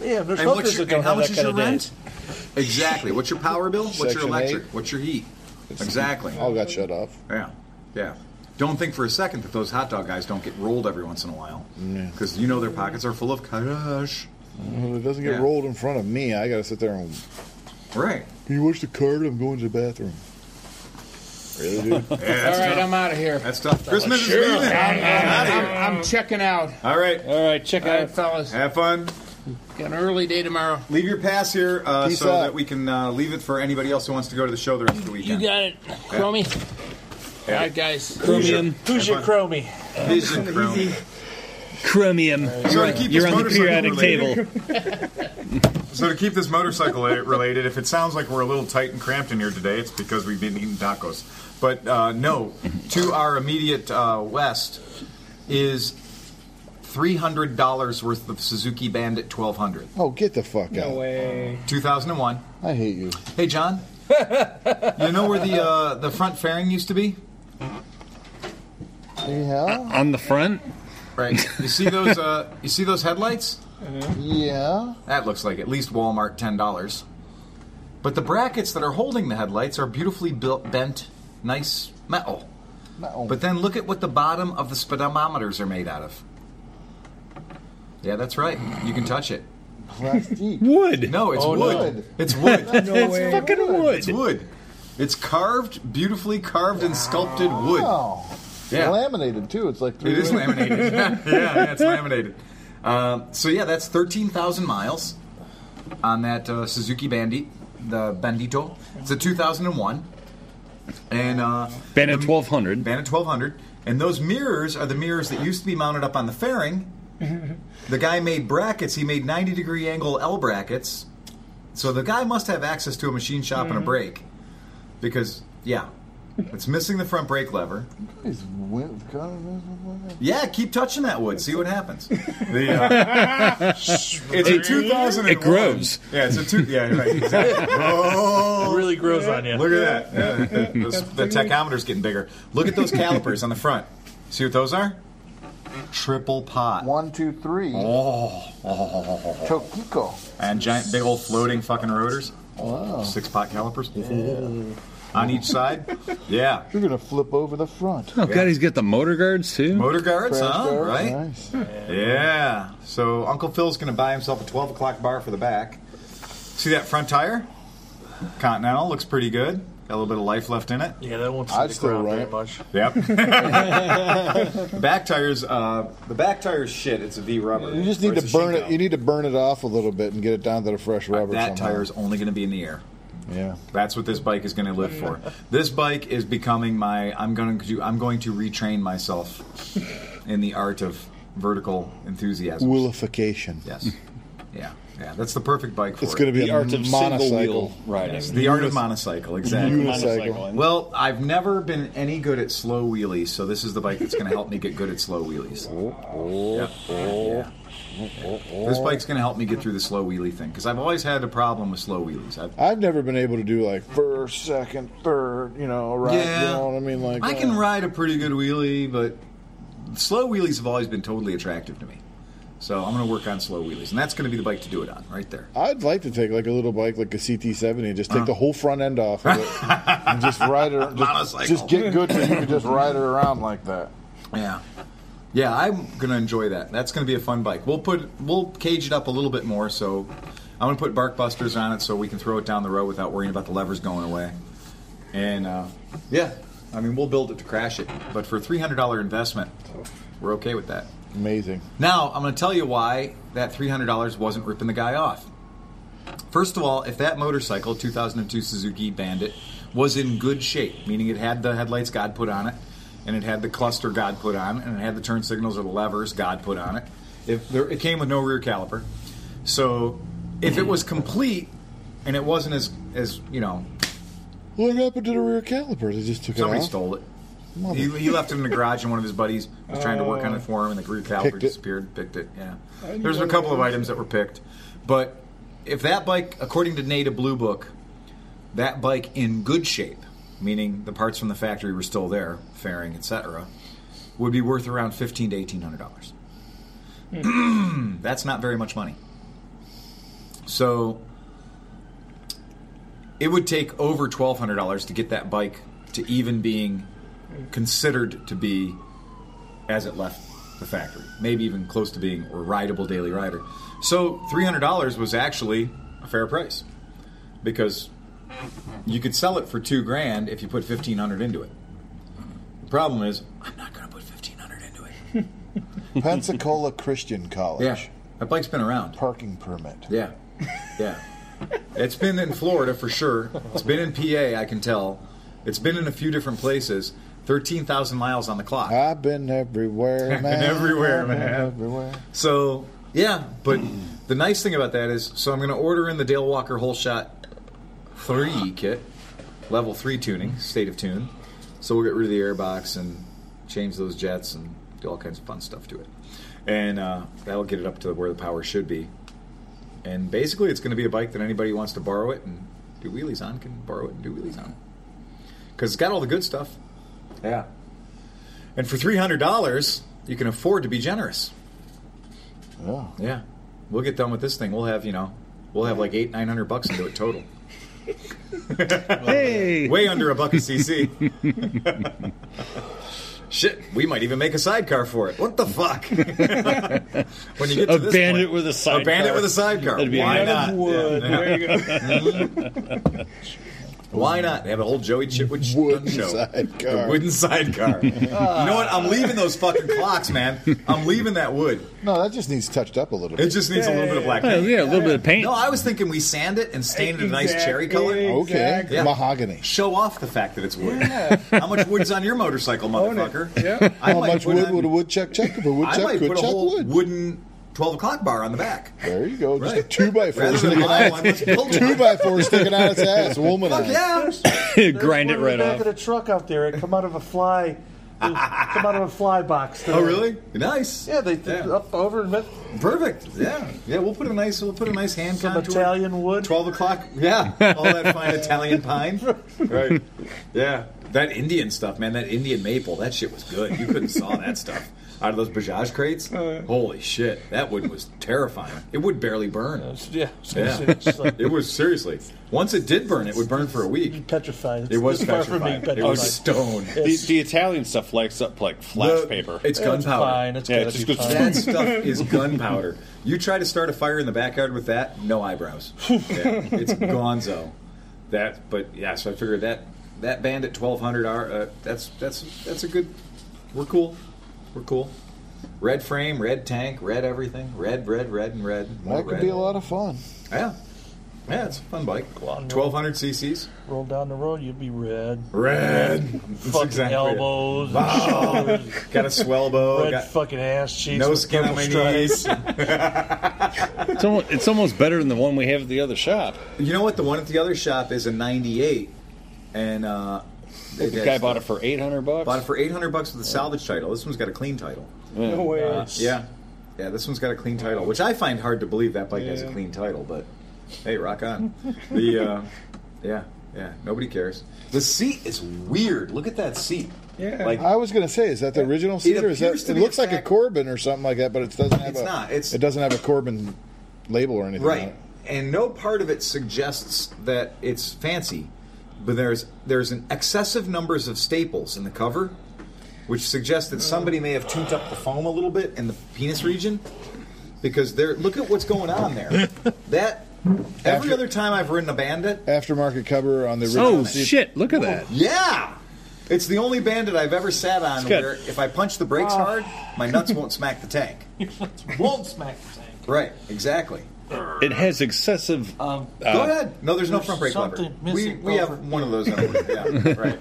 Damn, there's
And what's
hookers
your-
that don't
and how
have
much
that
is
kind
your
of days.
rent? Exactly. What's your power bill? What's your
Section
electric?
eight.
What's your heat? Exactly.
All got shut off.
Yeah. Yeah. Don't think for a second that those hot dog guys don't get rolled every once in a while. Because you know their pockets are full of cash.
Well, it doesn't get
Yeah.
rolled in front of me. I got to sit there and.
Right.
Can you watch the card? I'm going to the bathroom. Really, dude?
Yeah, that's
All right,
tough.
I'm out of here.
That's tough. Christmas is leaving.
I'm,
outta
I'm- I'm checking out.
All right.
All right, check
All right, fellas.
Have fun.
Got an early day tomorrow.
Leave your pass here uh,
Peace
so
out.
that we can uh, leave it for anybody else who wants to go to the show the rest of the
You
weekend.
got it, Cromie. All right, guys.
Chromium.
Who's your cromie?
Peace and crown.
Chromium.
Sorry to keep this motorcycle related.
table.
So to keep this motorcycle a- related, if it sounds like we're a little tight and cramped in here today, it's because we've been eating tacos. But uh, no, to our immediate uh, west is three hundred dollars worth of Suzuki Bandit twelve hundred.
Oh, get the fuck out!
way.
2001.
I hate you.
Hey, John. you know where the uh, the front fairing used to be?
Yeah,
On the front?
Right. You see those? Uh, you see those headlights?
Mm-hmm.
yeah.
That looks like at least Walmart ten dollars. But the brackets that are holding the headlights are beautifully built, bent, nice metal.
No.
But then look at what the bottom of the speedometers are made out of. Yeah, that's right. You can touch it.
Plastique.
Wood.
No, it's
Oh, no.
wood. It's wood.
it's fucking wood.
It's wood. It's carved, beautifully carved and sculpted wood.
Wow.
Yeah.
Laminated too. It's like three.
It is laminated. yeah, yeah, it's laminated. Um, so yeah, that's thirteen thousand miles on that uh, Suzuki Bandit, the Bandito. It's a two thousand and one, and uh,
Bandit 1200.
Bandit twelve hundred. And those mirrors are the mirrors that used to be mounted up on the fairing. the guy made brackets. He made ninety degree angle L brackets. So the guy must have access to a machine shop and a brake, because yeah, it's missing the front brake lever.
It's win- kind of-
Yeah, keep touching that wood. See what happens. The, uh, it's a 2000.
It grows.
Yeah, it's a two. Yeah, right. Exactly.
It
Oh,
really grows on you.
look at that. Yeah, those- the tachometer's getting bigger. Look at those calipers on the front. See what those are? Triple pot.
One, two, three.
Oh. oh.
Tokiko.
And giant, big old floating fucking rotors.
Wow.
Six pot calipers. On each side. Yeah.
You're gonna flip over the front.
Oh god, he's got the motor guards too.
Motor guards,
Crash
huh?
guards,
right?
nice.
Yeah. So Uncle Phil's going to buy himself a 12 o'clock bar for the back. See that front tire? Continental looks pretty good. Got a little bit of life left in it.
Yeah, that won't
I'd
stick
still
around
run
very
it.
much.
Yep. back tires. Uh, the back tires shit. It's a V rubber.
You just need
Or
to
it's a
burn
Shinko.
it. You need to burn it off a little bit and get it down to the fresh rubber.
That
somehow.
tire is only going to be in the air.
Yeah.
That's what this bike is going to live for. This bike is becoming my. I'm going to. I'm going to retrain myself in the art of vertical enthusiasm.
Woolification.
Yes. Yeah, yeah, that's the perfect bike for
It's
it.
gonna be The a art of single monocycle. wheel riding.
Yes, the art of
Unis-
monocycle, exactly.
Unicycle.
Well, I've never been any good at slow wheelies, so this is the bike that's going to help me get good at slow wheelies. Yep. Yeah. This bike's going to help me get through the slow wheelie thing because I've always had a problem with slow wheelies. I've,
I've never been able to do like first, second, third. You know, right? You know what I mean? Like uh,
I can ride a pretty good wheelie, but slow wheelies have always been totally attractive to me. So I'm going to work on slow wheelies, and that's going to be the bike to do it on, right there.
I'd like to take like a little bike, like a CT70, and just take
Uh-huh.
the whole front end off of it and just ride it.
Monocycle.
Just, just get good so you can just ride it around like that.
Yeah. Yeah, I'm gonna enjoy that. That's gonna be a fun bike. We'll put we'll cage it up a little bit more. So I'm gonna put bark busters on it so we can throw it down the road without worrying about the levers going away. And uh, yeah, I mean we'll build it to crash it, but for three hundred dollar investment, we're okay with that.
Amazing.
Now I'm gonna tell you why that three hundred dollars wasn't ripping the guy off. First of all, if that motorcycle, 2002 Suzuki Bandit, was in good shape, meaning it had the headlights God put on it, and it had the cluster God put on, it, and it had the turn signals or the levers God put on it, if there, it came with no rear caliper. So if it was complete and it wasn't as, as you know,
What happened to the rear caliper? They just took
somebody
it off.
stole it.
Mother- Oh.
He, he left it in the garage, and one of his buddies was trying to work on it for him, and the rear
Picked
caliper
it.
disappeared. Picked it. Yeah,
I knew
there's a
that
couple of
was-
items that were picked, but if that bike, according to NADA Blue Book, that bike in good shape, meaning the parts from the factory were still there, fairing, etc., would be worth around fifteen to eighteen hundred dollars.
Hmm.
That's not very much money. So it would take over twelve hundred dollars to get that bike to even being considered to be as it left the factory, maybe even close to being a rideable daily rider. So three hundred dollars was actually a fair price because you could sell it for two grand if you put fifteen hundred into it. The problem is,
Pensacola Christian College.
yeah, that bike's been around.
Parking permit.
Yeah, yeah. it's been in Florida for sure. It's been in PA, I can tell. It's been in a few different places. Thirteen thousand miles on the clock.
I've been everywhere, man.
Been everywhere,
I've been
man.
Everywhere.
So yeah, but the nice thing about that is, so I'm going to order in the Dale Walker Whole Shot Three kit, level three tuning, state of tune. So we'll get rid of the airbox and change those jets and do all kinds of fun stuff to it, and uh, that'll get it up to where the power should be. And basically, it's going to be a bike that anybody who wants to borrow it and do wheelies on can borrow it and do wheelies on, because it's got all the good stuff. Yeah. And for three hundred dollars, you can afford to be generous.
Yeah.
Yeah. We'll get done with this thing. We'll have, you know, we'll have like eight, nine hundred bucks into it total. hey. Way under a buck a CC. Shit, we might even make a sidecar for it. What the fuck? when you get to
A
this
bandit
point,
with a sidecar.
A bandit with a sidecar.
That'd be
Why
a-
not?
Wood.
Yeah.
There you go.
Mhm. Why not? They have a whole Joey Chitwood wooden show.
sidecar.
The wooden sidecar. you know what? I'm leaving those fucking clocks, man. I'm leaving that wood.
No, that just needs touched up a little bit.
It just needs a little bit of black paint. No, I was thinking we sand it and stain it a nice cherry color.
Okay.
Yeah.
Mahogany.
Show off the fact that it's wood. How much wood's on your motorcycle, motherfucker? I
How
might
much
put
wood
on-
would a woodchuck chuck if a
I might
woodchuck could
put a
chuck
whole
wood?
wooden 12 o'clock bar on the back.
There you go. Just a two by four
Rather than
sticking
buy one, let's
out.
build
Two
one.
by four sticking out its ass. Woman.
Fuck yeah. Oh,
Grind
One in
it right
the back
off.
of the truck out there. It come out of a fly. it come out of a fly box.
Oh, really? Nice.
Yeah, they up over and met
Perfect. Yeah, yeah. We'll put a nice, we'll put a nice hand
some
contour.
Italian wood.
Twelve o'clock. Yeah, all that fine Italian pine. Right. Yeah, that Indian stuff, man. That Indian maple. That shit was good. You couldn't saw that stuff. out of those Bajaj crates.
Uh,
Holy shit, that wood was terrifying. It would barely burn.
Yeah.
Yeah. it was seriously. Once it did burn, it would burn for a week.
Petrified.
It was
It's far from
petrified.
being
It was
petrified.
stone.
The, the Italian stuff lights up like flash
The-
paper.
It's gunpowder.
yeah, it just goes-
that stuff is gunpowder. You try to start a fire in the backyard with that, no eyebrows. Yeah, it's gonzo. That, but yeah. So I figured that that band at twelve hundred are uh, that's that's that's a good. We're cool. We're cool. Red frame, red tank, red everything, red, red, red, and red. More
That could
red.
be a lot of fun.
Yeah. Yeah, it's a fun bike. Twelve hundred CCs.
Roll down the road, you'll be red.
Red. That's
fucking
exactly it.
elbows. and
Wow.
shoulders.
Got a swell bow.
Red
got-
fucking ass cheeks.
No
with
skin on
purple
my
stripes.
knees.
it's, almost, it's almost better than the one we have at the other shop.
You know what? The one at the other shop is a '98, and uh,
The guy bought it for eight hundred bucks.
Bought it for eight hundred bucks with a salvage title. This one's got a clean title. Uh,
Yeah. No way.
Yeah, yeah. This one's got a clean title, which I find hard to believe that bike has a clean title. But hey, rock on. the uh, yeah, yeah. Nobody cares. The seat is weird. Look at that seat.
Yeah.
Like-
I was going to say, is that the original seat or is that?
appears to
It
be
looks
a
like a Corbin or something like that, but it doesn't have
It's
a.
not. It's-
it doesn't have a Corbin label or anything. on
Right.
it.
And no part of it suggests that it's fancy, but there's there's an excessive numbers of staples in the cover, which suggests that somebody may have tuned up the foam a little bit in the penis region, because there. Look at what's going on there. that every other time I've ridden a Bandit,
Aftermarket cover on the original.
Oh,
seat.
shit,
Look at
that.
yeah. It's the only bandit I've ever sat on
It's good. Oh.
where if I punch the brakes
Ah.
hard, my nuts won't smack the tank.
Won't smack the tank.
Right, exactly.
It has excessive.
Um,
Go
Uh,
ahead. No, there's no front brake lever.
something
We,
missing Oh.
we have one of those. on order. Yeah, right.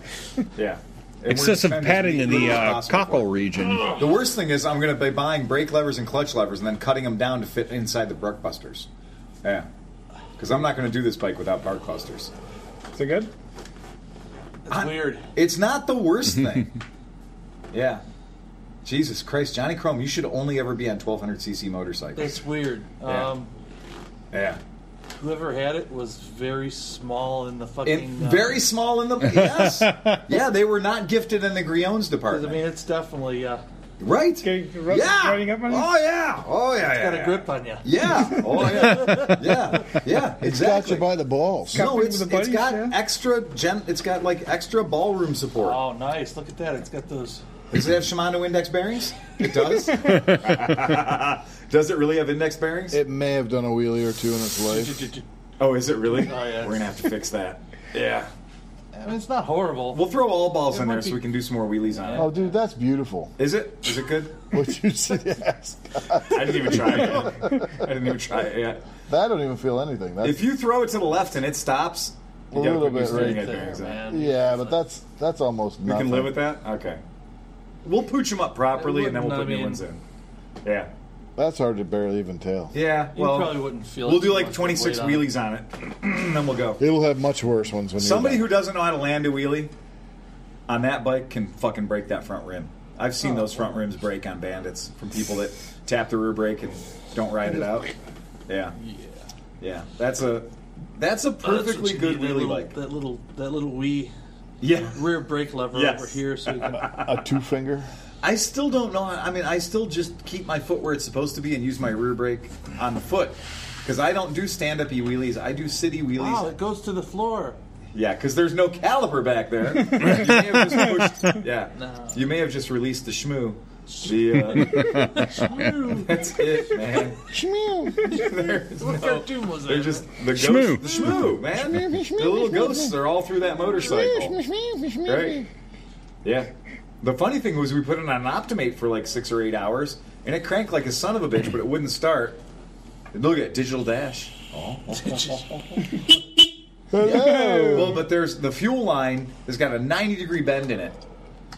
Yeah. And we're
Excessive
trying to
padding
be
in the
little
uh,
possible.
cockle region.
Oh,
The worst thing is I'm going to be buying brake levers and clutch levers and then cutting them down to fit inside the bark busters. Yeah. Because I'm not going to do this bike without bark busters. Is it good? It's
weird.
It's not the worst thing. yeah. Jesus Christ, Johnny Chrome, you should only ever be on 1200cc motorcycles.
It's weird.
Yeah.
Um,
Yeah.
whoever had it was very small in the fucking.
And
uh,
very small in the yes, yeah. They were not gifted in the Griones
'cause,
department.
I mean, it's definitely. Uh,
Right?
rub-
yeah.
rubbing up on you?
Oh yeah. Oh yeah.
It's
yeah,
got a
yeah.
grip on you.
Yeah. Oh yeah. yeah. Yeah.
It's got
Exactly.
you by the balls.
no, it's, it's got extra gen. It's got like extra ballroom support.
Oh, nice! Look at that. It's got those.
Does it have Shimano index bearings? It does. does it really have index bearings?
It may have done a wheelie or two in its life.
oh, is it really?
Oh, yeah.
We're gonna have to fix that. Yeah.
I mean, it's not horrible.
We'll throw all balls
It
in
might
there so
be-
we can do some more wheelies on it.
Oh, dude, that's beautiful.
Is it? Is it good?
What you suggest?
I didn't even try it. yet. I didn't even try it yet.
I don't even feel anything. That's
If you throw it to the left and it stops,
a
you gotta
little
put new
bit
steering
right
head
there,
bearings on.
Yeah, but that's that's almost.
We can live with that. Okay. We'll pooch them up properly, and then we'll
I
put new
mean-
ones in. Yeah.
That's hard to barely even tell.
Yeah.
You
Well,
probably wouldn't feel
We'll
too
do
much
like
of
26
weight on it.
wheelies on it, and then we'll go.
It'll have much worse ones when
Somebody
you're
who doesn't know how to land a wheelie on that bike can fucking break that front rim. I've seen those front rims break on bandits from people that tap the rear brake and don't ride it out. Yeah. Yeah. Yeah. That's a that's a
Oh, that's what
perfectly
you
good
need, that
wheelie
little-
bike.
That little that little wee
Yeah.
rear brake lever
Yes.
over here, so you can.
a two finger.
I still don't know. I mean, I still just keep my foot where it's supposed to be and use my rear brake on the foot because I don't do stand up e wheelies. I do city wheelies.
wow, it goes to the floor.
Yeah, because there's no caliper back there. you may have just pushed. Yeah, you may have just released the shmoo. The, uh, that's it, man. There's
What
no-
cartoon was
They're
that?
just the ghost,
Shmoo.
the shmoo, man. the little ghosts are all through that motorcycle. Right? Yeah. The funny thing was, we put it on an Optimate for like six or eight hours, and it cranked like a son of a bitch, but it wouldn't start. Look at digital dash. Oh.
Hello.
Well, but there's the fuel line has got a 90 degree bend in it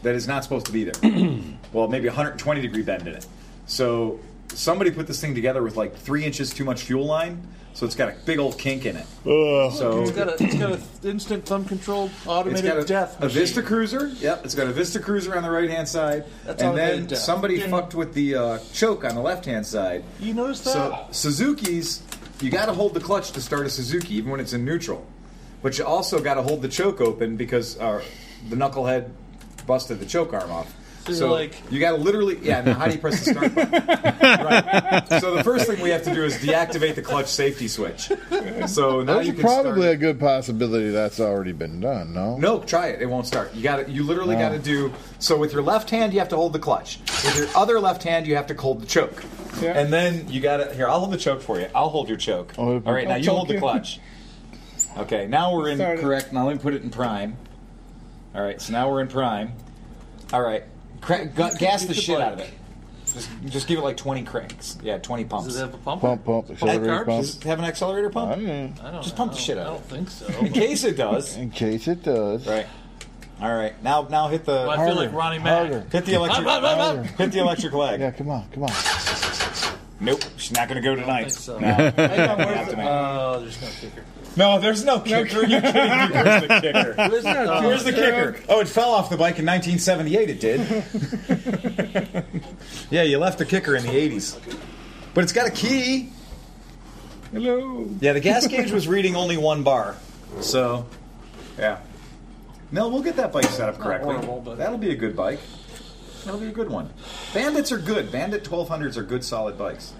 that is not supposed to be there. well, maybe 120 degree bend in it. So somebody put this thing together with like three inches too much fuel line, so it's got a big old kink in it. So
it's got a it's got a instant thumb control
it's
automated
got a,
death.
a
machine.
Vista Cruiser. Yep, it's got a Vista Cruiser on the right hand side,
That's
and
automated
then
death.
somebody fucked with the uh, choke on the left hand side.
You notice that?
So Suzuki's, you got to hold the clutch to start a Suzuki even when it's in neutral, but you also got to hold the choke open because uh, the knucklehead busted the choke arm off.
So you're
So
like-
you got to literally, yeah. Now how do you press the start button? right. So the first thing we have to do is deactivate the clutch safety switch. So now
That's
you can
probably
start.
a good possibility that's already been done. No,
No, try it. It won't start. You got to You literally
No.
got to do. So with your left hand, you have to hold the clutch. With your other left hand, you have to hold the choke. And then you got to here. I'll hold the choke for you. I'll hold your choke. All right. Now
I'll
you
choke
hold the
you.
clutch. Okay. Now we're in correct. Now let me put it in prime. All right. So now we're in prime. All right. Cra- gu- gas the shit out of it. Just, just give it like twenty cranks. Yeah, twenty pumps.
Does it have a pump?
Pump, pump, accelerator
Pump.
pump.
Does it have an accelerator pump? I don't
I don't
Just pump the shit out.
I
of it.
don't think so.
In case it does.
In case it does.
Right. All right. Now, now hit the.
Well, I feel like Ronnie Mack.
Hit the electric.
Up, up, up, up.
Hit the electric leg.
Yeah, come on, come on.
Nope. She's not going to go tonight.
So-
No.
Hey, now,
Not
where's the-
tonight.
Oh, there's no kicker.
No, there's no kicker. Are you kidding me? Where's the kicker?
Where's the-
Where's the kicker? Oh, it fell off the bike in 1978. It did. yeah, you left the kicker in the 80s, but it's got a key.
Hello.
Yeah, the gas gauge was reading only one bar, so yeah. No, we'll get that bike set up correctly. That'll be a good bike. That'll be a good one. Bandits are good. Bandit 1200s are good, solid bikes.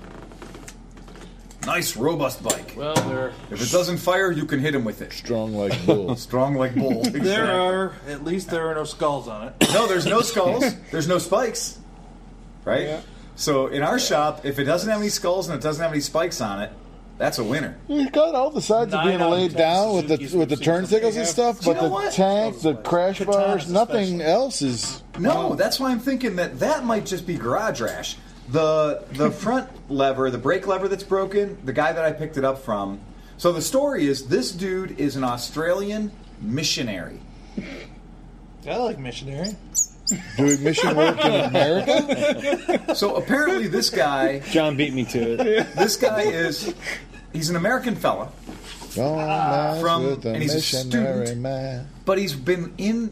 Nice, robust bike.
Well, there
If it doesn't fire, you can hit him with it. Strong like
bull.
Strong like bull.
there are at least there are no skulls on it.
No, there's no skulls. There's no spikes. Right? So in our shop, if it doesn't have any skulls and it doesn't have any spikes on it, that's a winner.
He's got all the sides of
Nine
being
out of
laid
ten
down with the with the turnsickles and
have.
stuff,
You
but
know
the
what?
tank, the crash bars, nothing else is.
No,
Oh.
that's why I'm thinking that that might just be garage rash. The the front lever, the brake lever that's broken, the guy that I picked it up from. So the story is this dude is an Australian missionary.
I like missionary.
Doing mission work in America?
So apparently, this guy. John beat me to it. This guy is. He's an American fella,
Don't mess
Ah, From-
with the
and he's a
missionary
student.
man.
but he's been in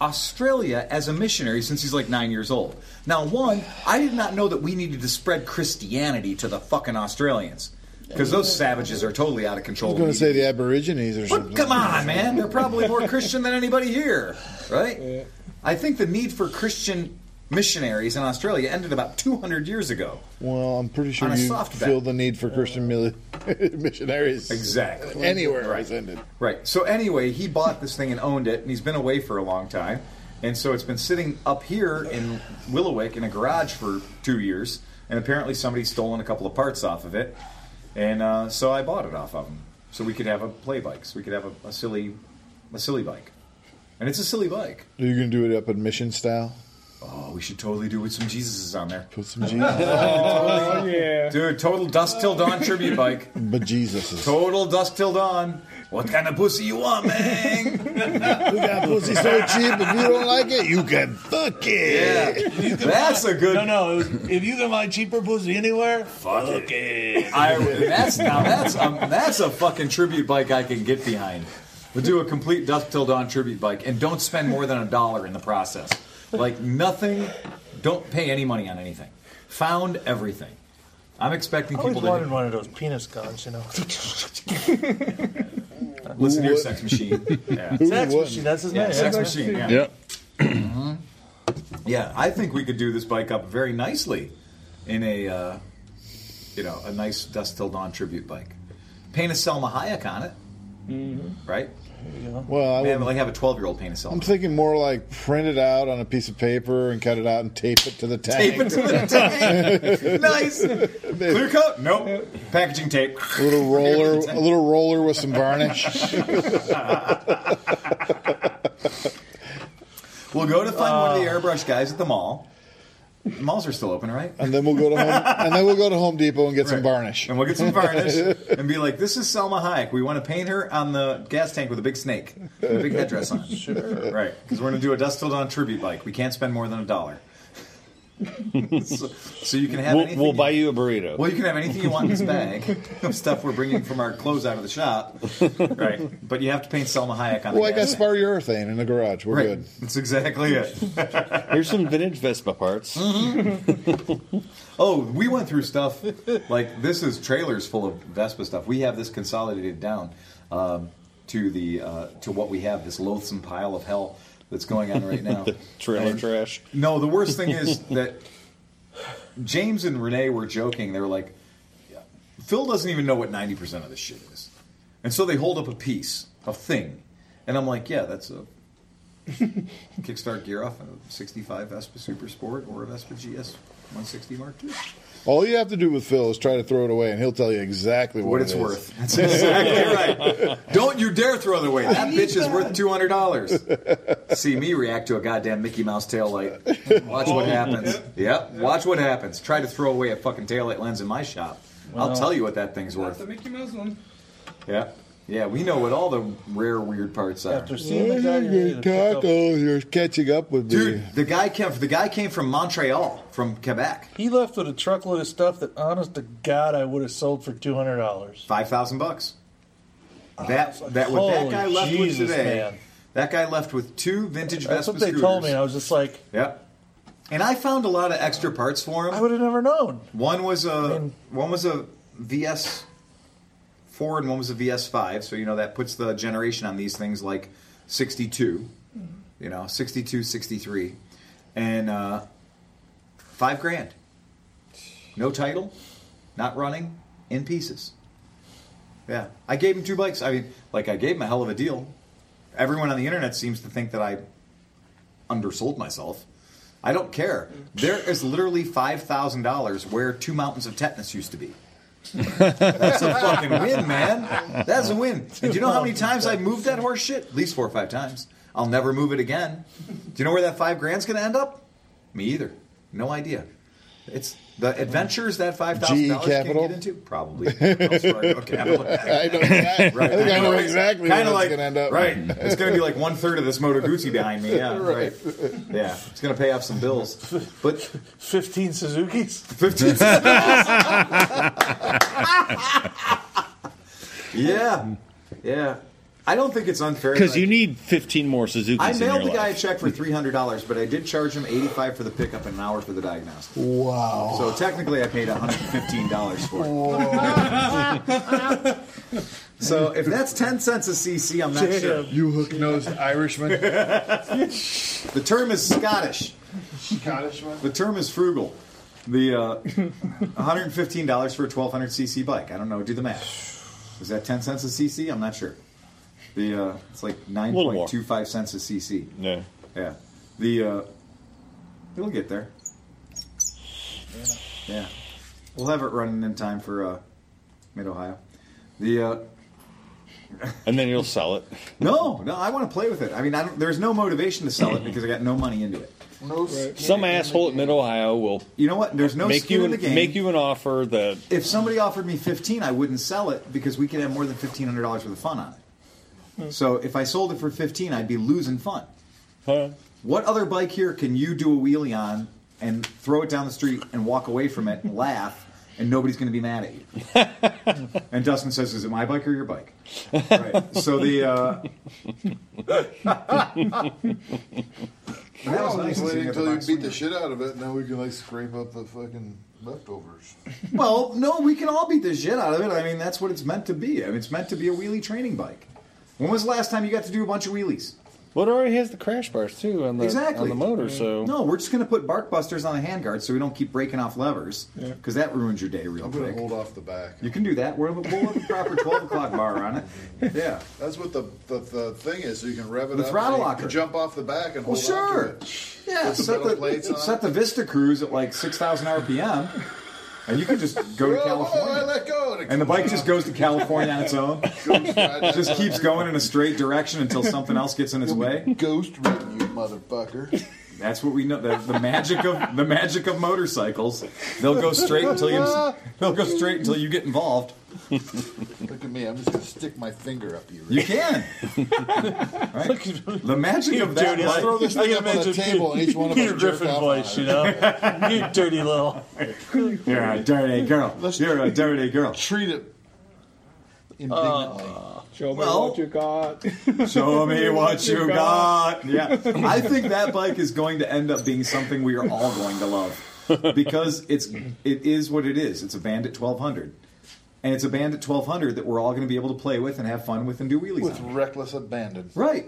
Australia as a missionary since he's like nine years old. Now, one, I did not know that we needed to spread Christianity to the fucking Australians. Because those savages are totally out of
I was
control.
going to say the Aborigines or something.
Come on, man. They're probably more Christian than anybody here, right? I think the need for Christian missionaries in Australia ended about 200 years ago.
Well, I'm pretty sure
On a
you
soft bet.
feel the need for Christian mili- missionaries.
Exactly.
Anywhere
Right.
it's ended.
Right. So anyway, he bought this thing and owned it, and he's been away for a long time, and so it's been sitting up here in Willowick in a garage for two years, and apparently somebody's stolen a couple of parts off of it, and uh, so I bought it off of him, so we could have a play bike, so we could have a, a silly, a silly bike, and it's a silly bike.
Are you going to do it up in mission style?
Oh, we should totally do it with some Jesuses on there.
Put some Jesus.
Oh, yeah. Dude, total dust till dawn tribute bike.
But Jesus
Total dusk till dawn. What kind of pussy you want, man?
we got pussy so cheap. If you don't like it, you can fuck it.
Yeah, that's a good.
No, no. It was, if you can find cheaper pussy anywhere, fuck, it.
I, that's now that's um, that's a fucking tribute bike I can get behind. We'll do a complete dusk till dawn tribute bike, and don't spend more than a dollar in the process. Like nothing, don't pay any money on anything. Found everything. I'm expecting
I always
people
wanted
to
one of those penis guns, you know.
listen to your sex machine. Yeah.
Who Sex wouldn't? machine, that's his
Yeah,
name.
Sex
Sex
machine. Yeah.
machine.
Mhm. Yeah, I think we could do this bike up very nicely in a uh, you know a nice dusk till dawn tribute bike. Paint a Selma Hayek on it, right?
Well, I
Man,
wouldn't-
like have a twelve year old paint a Selma.
I'm thinking more like print it out on a piece of paper and cut it out and tape it to the tank.
Tape it to the tank. nice. Clear coat? Nope. Packaging tape.
A little roller, a little roller with some varnish.
We'll go to find one of
uh,
the airbrush guys at the mall. Malls are still open, right?
and then we'll go to home, and then we'll go to Home Depot and get some
Right.
varnish.
And we'll get some varnish and be like, "This is Selma Hayek. We want to paint her on the gas tank with a big snake, with a big headdress on." Sure. Right, because we're going to do a Dust Till Dawn tribute bike. We can't spend more than a dollar. so, so you can have
We'll,
anything.
we'll buy you a burrito.
Well, you can have anything you want in this bag of stuff we're bringing from our clothes out of the shop, right? But you have to paint Selma Hayek on.
Well,
the
I got
gas tank.
sparurethane in the garage. We're
Right.
good.
That's exactly it.
Here's some vintage Vespa parts.
Oh, we went through stuff like this is trailers full of Vespa stuff. We have this consolidated down um, to the uh, to what we have this loathsome pile of hell. that's going on right now.
Trailer
And-
trash.
No, the worst thing is that James and Renee were joking. They were like, Phil doesn't even know what 90% of this shit is. And so they hold up a piece, a thing. And I'm like, yeah, that's a Kickstart gear off a 65 Vespa Super Sport or a Vespa GS 160 Mark II.
All you have to do with Phil is try to throw it away, and he'll tell you exactly what,
What
it
it's
is.
worth. That's exactly right. Don't you dare throw it away. That
I need
bitch is worth $200. See me react to a goddamn Mickey Mouse taillight. Watch what happens. Yep, watch what happens. Try to throw away a fucking taillight lens in my shop. I'll
Well,
tell you what that thing's worth.
The Mickey Mouse one.
Yeah. Yeah, we know what all the rare, weird parts are.
After
Your tacos, you're catching up with me.
The guy came. The guy came from Montreal, from Quebec.
He left with a truckload of stuff that, honest to God, I would have sold for two hundred dollars.
Five thousand bucks. That that what that
Holy
guy left with
Jesus,
today.
man.
That guy left with two vintage
That's
Vespa
what they
scooters.
told me. and I was just like,
Yep. And I found a lot of extra parts for him. I would
have never known.
One was a one was a VS four and one was a VS five. So you know that puts the generation on these things like sixty two. You know, 62, 63. And uh, five grand. No title, not running, in pieces. Yeah. I gave him two bikes. I mean, like, I gave him a hell of a deal. Everyone on the internet seems to think that I undersold myself. I don't care. There is literally $5,000 where two mountains of tetanus used to be. That's a fucking win, man. That's a win. And do you know how many times I moved that horse shit? At least four or five times. I'll never move it again. Do you know where that five grand's going to end up? Me either. No idea. It's the adventures that five thousand dollars can
E Capital?
get into. Probably. Elsewhere. Okay, I, don't
I know exactly- I think I know exactly where
Kinda
that's
like-
gonna end up.
Right. It's going to be like one third of this Moto Guzzi behind me. Yeah. Right. Yeah. It's going to pay off some bills. But
fifteen Suzuki's.
Fifteen. yeah. Yeah. I don't think it's unfair.
Because
that I-
you need 15 more Suzuki's.
I
in
mailed
your
the guy
life.
a check for three hundred dollars, but I did charge him eighty five for the pickup and an hour for the diagnostic.
Wow.
So technically, I paid one hundred and fifteen dollars for it. so if that's ten cents a cc, I'm not sure.
You hook nosed Irishman.
the term is Scottish. Scottish one. The term is frugal. The uh, one hundred and fifteen dollars for a twelve hundred cc bike. I don't know. Do the math. Is that ten cents a cc? I'm not sure. The uh, it's like nine
little more.
point two five cents a cc.
Yeah.
Yeah. The uh, it'll get there. Yeah. We'll have it running in time for uh, Mid Ohio. The uh,
And then you'll sell it.
no, no, I want to play with it. I mean, I don't, there's no motivation to sell it because I got no money into it.
Some asshole at Mid Ohio will.
You know what? There's no
make
skin
you
in the game.
make you an offer that
If somebody offered me 15, I wouldn't sell it because we could have more than $1500 worth of fun on
Hmm.
it. So if I sold it for 15, I'd be losing fun. What other bike here can you do a wheelie on and throw it down the street and walk away from it and laugh and nobody's going to be mad at you? and Dustin says, "Is it my bike or your bike?" Right. So the uh,
I
was
was
nice to see
waiting
you
until
have a
you
box
beat the shit out of it, and then we can like scrape up the fucking leftovers.
well, no, we can all beat the shit out of it. I mean, that's what it's meant to be. I mean, it's meant to be a wheelie training bike. When was the last time you got to do a bunch of wheelies?
Well, it already has the crash bars too on the
exactly.
on the motor. So
no, we're just going to put bark busters on the handguard so we don't keep breaking off levers because that ruins your day real
I'm gonna
quick.
hold off the back.
You can do that. We're, we'll have a proper twelve o'clock bar on it. Yeah.
That's what the, the, the thing is. So you can rev it
The
up.
throttle
and you
locker.
can jump off the back and
Well,
hold on to
sure.
it.
Yeah,
Put the
set
metal
the,
plates on.
set the Vista Cruise at like 6,000 RPM, and you can just go to
Whoa, whoa, I
California.
let go. it
And the bike
comes
just goes to California on its own. just keeps going in a straight direction until something else gets in its way.
Ghost ridden, you motherfucker.
That's what we know. The, the magic of the magic of motorcycles. They'll go straight until you. They'll go straight until you get involved.
Look at me. I'm just gonna stick my finger up you.
You can. Right? The magic of that.
Dirty-
bike-
Throw this thing up on the table and each one of us jerk off on it.
you dirty little. You're a dirty girl. You're a dirty girl.
Treat it indignantly.
Uh,
Show me
Well-
what you got.
Show me what you got. Yeah. I think that bike is going to end up being something we are all going to love because it's it is what it is. It's a Bandit 1200. And it's a Bandit 1200 that we're all going to be able to play with and have fun with and do wheelies
With
on.
reckless abandon.
Right.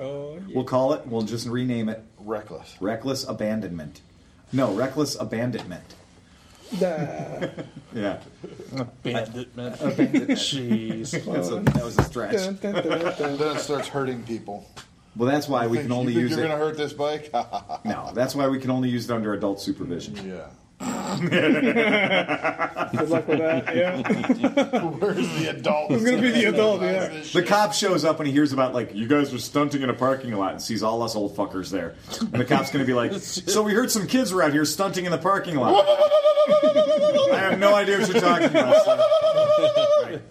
Oh, We'll call it. We'll just rename it.
Reckless.
Reckless abandonment. No, reckless abandonment. Yeah.
Abandonment.
Abandonment.
Jeez.
That's a- that was a stretch.
Dun, dun, dun, dun. then it starts hurting people.
Well, that's why we
You
can
think-
only
you think
use
you're
it.
gonna hurt this bike?
No, that's why we can only use it under adult supervision.
Yeah.
Good
luck with that,
Yeah.
Where's the adult?
Who's gonna be the
adult?
The cop shows up and he hears about like you guys were stunting in a parking lot and sees all us old fuckers there. And the cop's gonna be like, "So we heard some kids were out here stunting in the parking lot." I have no idea what you're talking about. son.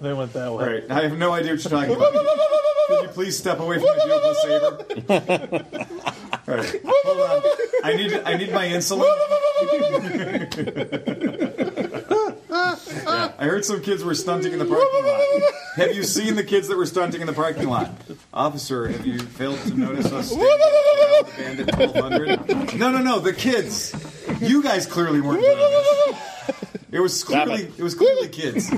They went that way.
Right. I have no idea what you're talking about. Could you please step away from the vehicle saver? All right. Hold on. I need I need my insulin. Yeah, I heard some kids were stunting in the parking lot. Have you seen the kids that were stunting in the parking lot? Officer, have you failed to notice us standing around the band at 1200? No, no, no, the kids. You guys clearly weren't doing this. It was clearly it was clearly kids.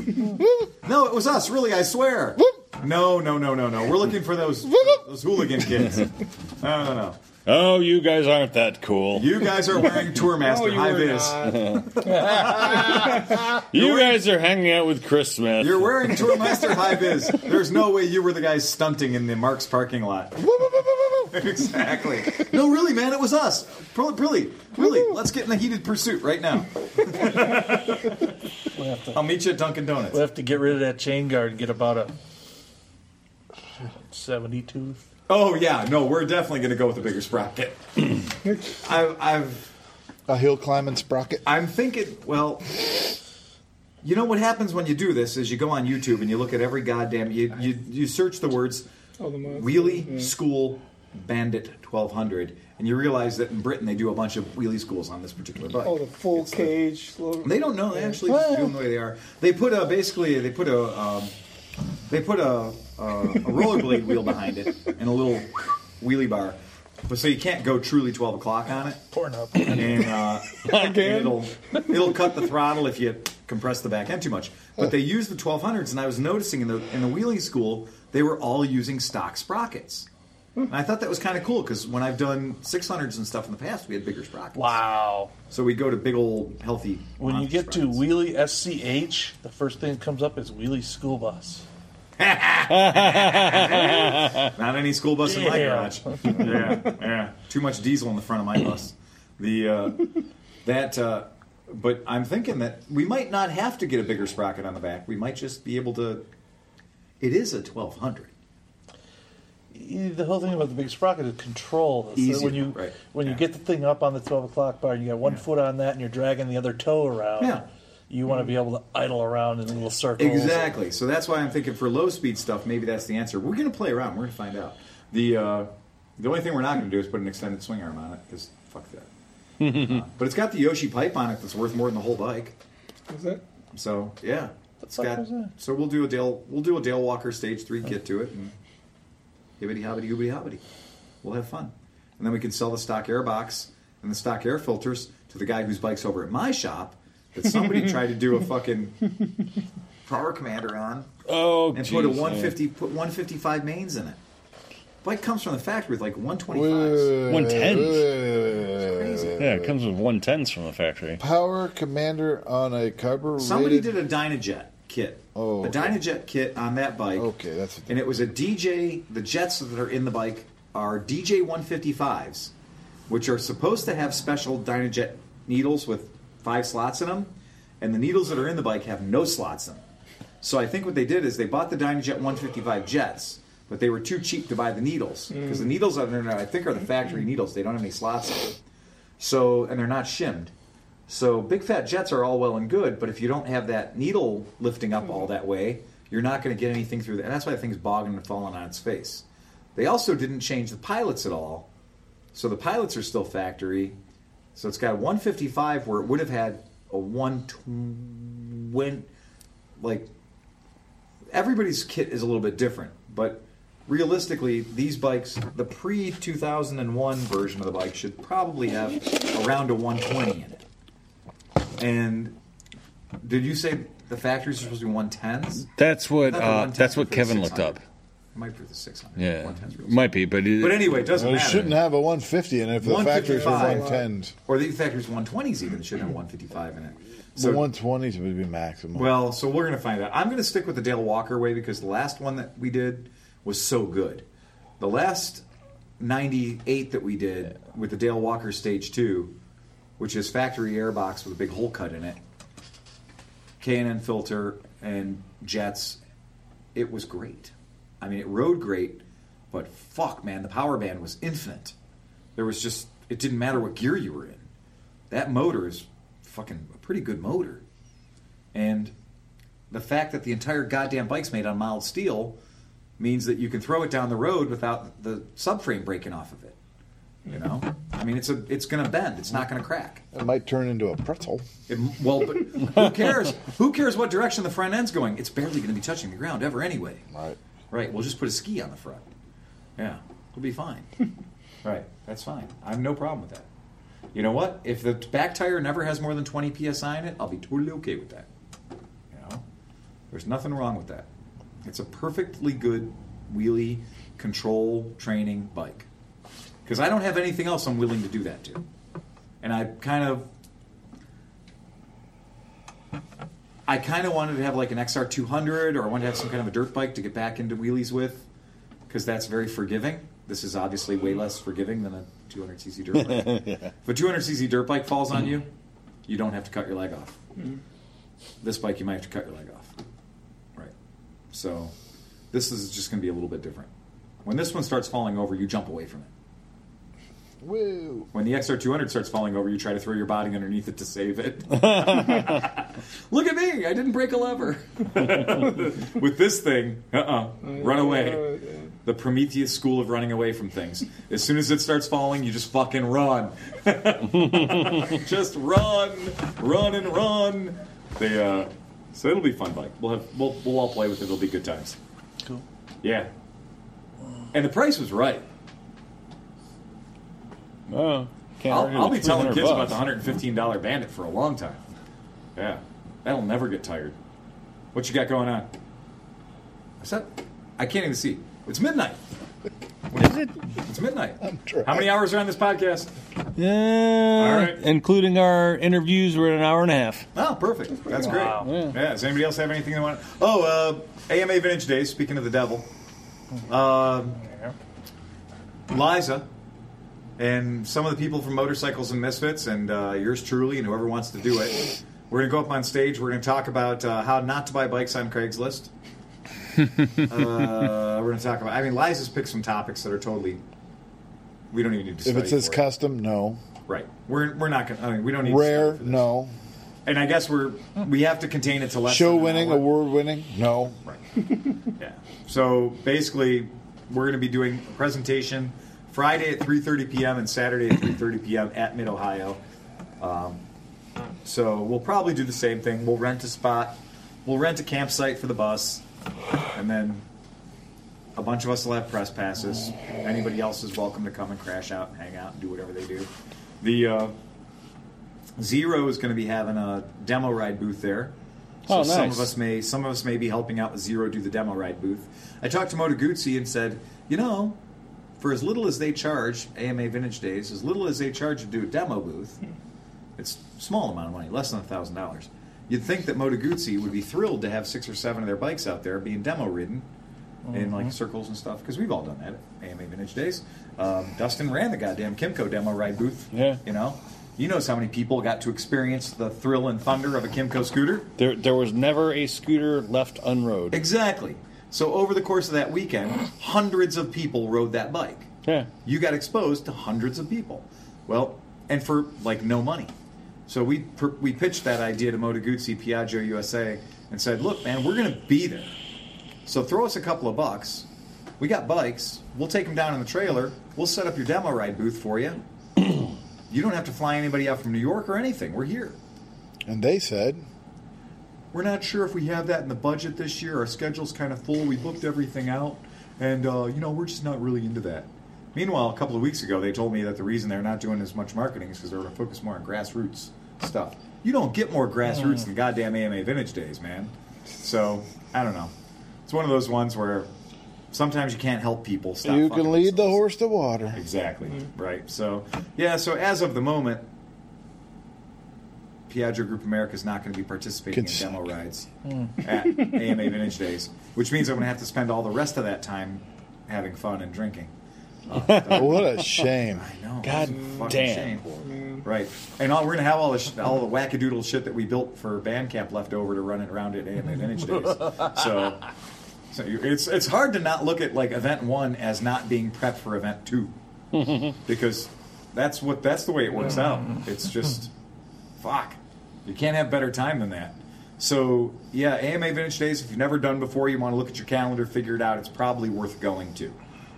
No, it was us, really, I swear. No, no, no, no, no. We're looking for those those hooligan kids. No, no, no.
Oh, you guys aren't that cool.
You guys are wearing tour master high vis.
you guys are hanging out with Chris Smith.
You're wearing Tourmaster high vis. There's no way you were the guy stunting in the Mark's parking lot. exactly. No, really, man, it was us. Pro- Really, really. Let's get in the heated pursuit right now. I'll meet you at Dunkin' Donuts.
We have to get rid of that chain guard and get about a 72.
Oh yeah, no, we're definitely going to go with the bigger sprocket. I've, I've
a hill climbing sprocket.
I'm thinking. Well, you know what happens when you do this is you go on YouTube and you look at every goddamn you you, you search the words wheelie school bandit 1200 and you realize that in Britain they do a bunch of wheelie schools on this particular bike.
Oh, the full cage.
They don't know. They actually just do them the way they are. They put a basically they put a um, they put a, a, a rollerblade wheel behind it and a little wheelie bar, but so you can't go truly twelve o'clock on it.
Pornhub.
And, uh, and it'll it'll cut the throttle if you compress the back end too much. But they use the twelve hundreds, and I was noticing in the in the wheeling school they were all using stock sprockets. And I thought that was kind of cool because when I've done 600s and stuff in the past, we had bigger sprockets.
Wow.
So we go to big old healthy.
When you get to Wheelie SCH, the first thing that comes up is Wheelie School Bus.
Not any school bus in my
Yeah.
garage. Yeah, yeah. Too much diesel in the front of my bus. The uh, that, uh, but I'm thinking that we might not have to get a bigger sprocket on the back. We might just be able to. It is a 1200.
The whole thing about the big sprocket is control. So
Easier,
when you
right.
when you get the thing up on the twelve o'clock bar and you got one foot on that and you're dragging the other toe around,
Yeah.
you want to be able to idle around in little circles.
Exactly. So that's why I'm thinking for low speed stuff, maybe that's the answer. We're going to play around. We're going to find out. The uh, the only thing we're not going to do is put an extended swing arm on it because fuck that. Uh, but it's got the Yoshi pipe on it that's worth more than the whole bike.
Is it?
So yeah, it's
fuck
got.
was that?
So we'll do a Dale. We'll do a Dale Walker Stage Three kit to it, and hibbity hobbity hoobity hobbity. We'll have fun, and then we can sell the stock air box and the stock air filters to the guy whose bike's over at my shop that somebody tried to do a fucking power commander on.
Oh,
and put a
geez, yeah.
150 put 155 mains in it. Bike comes from the factory with like 125s.
Uh,
110s. Yeah, it comes with 110s from the factory.
Power commander on a carburetor.
Somebody did a Dynajet kit.
Oh,
a
okay.
Dynajet kit on that bike.
Okay, that's
and it was a DJ. The jets that are in the bike are DJ 155s, which are supposed to have special Dynajet needles with five slots in them, and the needles that are in the bike have no slots in them. So I think what they did is they bought the Dynajet 155 jets, but they were too cheap to buy the needles because
Mm.
the needles on there, I think, are the factory needles. They don't have any slots in them. So and they're not shimmed. So big fat jets are all well and good, but if you don't have that needle lifting up all that way, you're not going to get anything through that. And that's why the thing's bogging and falling on its face. They also didn't change the pilots at all, so the pilots are still factory. So it's got a 155 where it would have had a 120, like everybody's kit is a little bit different, but realistically, these bikes, the pre 2001 version of the bike should probably have around a 120 in it. And did you say the factories are supposed to be 110s?
That's what
Not the
uh,
110s,
that's what
but the
Kevin looked up.
It might be the 600.
Yeah, might be, but it,
But anyway, it doesn't
Well, it
matter.
shouldn't have a 150 in it if the factories were
155.
110.
Or the factories 120s even should have 155 in it.
So
So
120s would be maximum.
well, so we're going to find out. I'm going to stick with the Dale Walker way because the last one that we did was so good. The last 98 that we did with the Dale Walker Stage 2, which is factory airbox with a big hole cut in it, K&N filter and jets, it was great. I mean, it rode great, but fuck, man, the power band was infinite. There was just, it didn't matter what gear you were in. That motor is fucking a pretty good motor. And the fact that the entire goddamn bike's made on mild steel means that you can throw it down the road without the subframe breaking off of it. You know, I mean, it's a it's going to bend. It's not going to crack.
It might turn into a pretzel.
It, well, but who cares? Who cares what direction the front end's going? It's barely going to be touching the ground ever anyway. Right. Right. We'll just put a ski on the front. Yeah, it'll be fine. right. That's fine. I have no problem with that. You know what? If the back tire never has more than 20 psi in it, I'll be totally okay with that. You know, there's nothing wrong with that. It's a perfectly good wheelie control training bike. Because I don't have anything else I'm willing to do that to. And I kind of I kind of wanted to have like an XR200 or I wanted to have some kind of a dirt bike to get back into wheelies with because that's very forgiving. This is obviously way less forgiving than a 200cc dirt bike. If a 200cc dirt bike falls on you, you don't have to cut your leg off. This bike, you might have to cut your leg off. Right. So this is just going to be a little bit different. When this one starts falling over, you jump away from it.
Woo.
When the XR200 starts falling over, you try to throw your body underneath it to save it. Look at me! I didn't break a lever. With this thing, uh uh run away. The Prometheus school of running away from things. As soon as it starts falling, you just fucking run. just run, run and run. They, uh, so it'll be fun bike. We'll have we'll, we'll all play with it. It'll be good times.
Cool.
Yeah. And the price was right.
Oh, can't argue
I'll, I'll
with
be telling
300
kids about
bucks.
the hundred fifteen dollar bandit for a long time. Yeah, that'll never get tired. What you got going on? What's up? I can't even see. It's midnight. What is it? It's midnight. How many hours are on this podcast?
Yeah,
All right.
including our interviews, we're at an hour and a half.
Oh, perfect. That's great.
Wow.
Yeah. Does anybody else have anything they want? Oh, uh, AMA Vintage Days. Speaking of the devil,
Mm-hmm.
Um Liza, and some of the people from Motorcycles and Misfits, and uh, yours truly, and whoever wants to do it. We're going to go up on stage. We're going to talk about uh, how not to buy bikes on Craigslist. uh, we're going to talk about. I mean, Liza's picked some topics that are totally. We don't even need to.
If
study
it says
for
custom, no.
right, we're we're not going. to I mean, we don't need. To
Rare, no.
study. and I guess we're we have to contain it to less.
Show
than an
winning,
hour.
award winning, no.
So basically, we're going to be doing a presentation Friday at 3:30 p.m. and Saturday at 3:30 p.m. at Mid Ohio. Um, so we'll probably do the same thing. We'll rent a spot. We'll rent a campsite for the bus, and then a bunch of us will have press passes. Anybody else is welcome to come and crash out and hang out and do whatever they do. The uh, Zero is going to be having a demo ride booth there. So
Oh,
some
nice.
of us may some of us may be helping out with Zero do the demo ride booth. I talked to Moto Guzzi and said, you know, for as little as they charge AMA Vintage Days, as little as they charge to do a demo booth,
Hmm.
it's a small amount of money, less than thousand dollars. You'd think that Moto Guzzi would be thrilled to have six or seven of their bikes out there being demo ridden in
Mm-hmm.
like circles and stuff because we've all done that at AMA Vintage Days. Um, Dustin ran the goddamn Kimco demo ride booth. Yeah, you know, you knows how many people got to experience the thrill and thunder of a Kimco scooter.
There, there was never a scooter left unrode.
Exactly. So over the course of that weekend, hundreds of people rode that bike.
Yeah.
You got exposed to hundreds of people. Well, and for like no money. So we pr- we pitched that idea to Moto Guzzi, Piaggio USA, and said, "Look, man, we're going to be there. So throw us a couple of bucks. We got bikes. We'll take them down in the trailer. We'll set up your demo ride booth for you. you don't have to fly anybody out from New York or anything. We're here."
And they said,
We're not sure if we have that in the budget this year. Our schedule's kind of full. We booked everything out, and uh, you know we're just not really into that. Meanwhile, a couple of weeks ago, they told me that the reason they're not doing as much marketing is because they're going to focus more on grassroots stuff. You don't get more grassroots than goddamn AMA Vintage Days, man. So I don't know. It's one of those ones where sometimes you can't help people stop.
you
fucking
can lead the horse to water.
Exactly. Right. So yeah. So as of the moment, Piaggio Group America is not going to be participating
Can
in demo rides at AMA Vintage Days, which means I'm going to have to spend all the rest of that time having fun and drinking.
what a shame.
I know. God damn. Right, and all, we're gonna have all the sh- all the wackadoodle shit that we built for Bandcamp left over to run it around at AMA Vintage Days. So, so you- it's it's hard to not look at like event one as not being prepped for event two, because that's what that's the way it works out. It's just fuck, you can't have better time than that. So yeah, AMA Vintage Days. If you've never done before, you want to look at your calendar, figure it out. It's probably worth going to.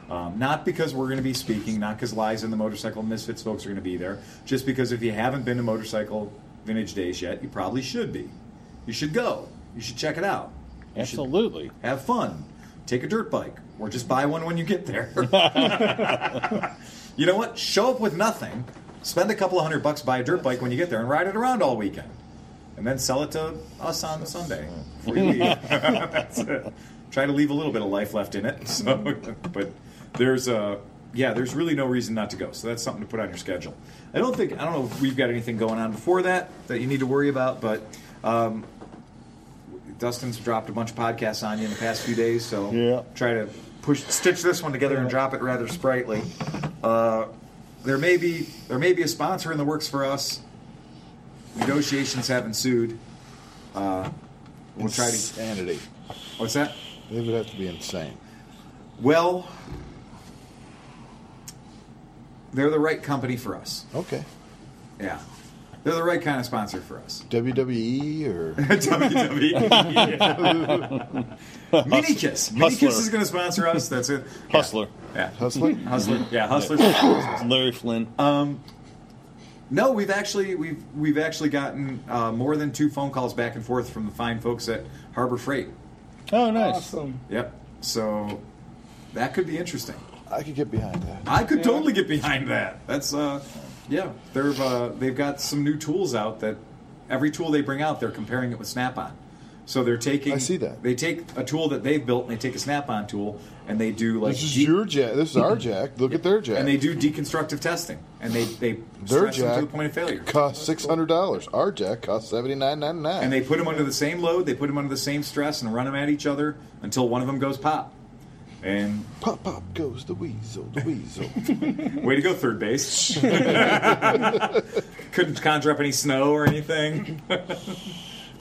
Um, not because we're going to be speaking, not because Lies and the Motorcycle Misfits folks are going to be there, just because if you haven't been to Motorcycle Vintage Days yet, you probably should be. You should go. You should check it out. You should
Absolutely.
Have fun. Take a dirt bike, or just buy one when you get there. you know what? Show up with nothing. Spend a couple of hundred bucks, buy a dirt bike when you get there, and ride it around all weekend, and then sell it to us on Sunday before you leave. That's it. Try to leave a little bit of life left in it. So, but there's uh, yeah, there's really no reason not to go. So that's something to put on your schedule. I don't think I don't know if we've got anything going on before that that you need to worry about, but. Um, Dustin's dropped a bunch of podcasts on you in the past few days, so try to push stitch this one together and drop it rather sprightly. Uh, there may be there may be a sponsor in the works for us. Negotiations have ensued. Uh, we'll try to
Insanity.
What's that?
They would have to be insane.
Well, they're the right company for us.
Okay.
Yeah, they're the right kind of sponsor for us.
WWE E or
E. WWE. Minikiss.
Hustler.
Minikiss is going to sponsor us. That's it.
Hustler.
Yeah.
Hustler?
Hustler. Yeah. Hustler.
Larry Flynn.
Um, no, we've actually we've we've actually gotten uh, more than two phone calls back and forth from the fine folks at Harbor Freight.
Oh, nice.
Awesome.
Yep. So that could be interesting.
I could get behind that.
I could totally get behind that. That's uh, yeah. They've uh, they've got some new tools out that every tool they bring out, they're comparing it with Snap-on. So they're taking. I see that they take a tool that they've built and they take a Snap-on tool and they do like
This is your jack. This is our jack. Look at their jack.
and they do deconstructive testing and they they
Their
stretch them to the
jack
point of failure.
costs six hundred dollars. Our jack costs seventy nine ninety nine.
And they put them under the same load, they put them under the same stress, and run them at each other until one of them goes pop. And
pop pop goes the weasel, the weasel.
way to go, third base. Couldn't conjure up any snow or anything.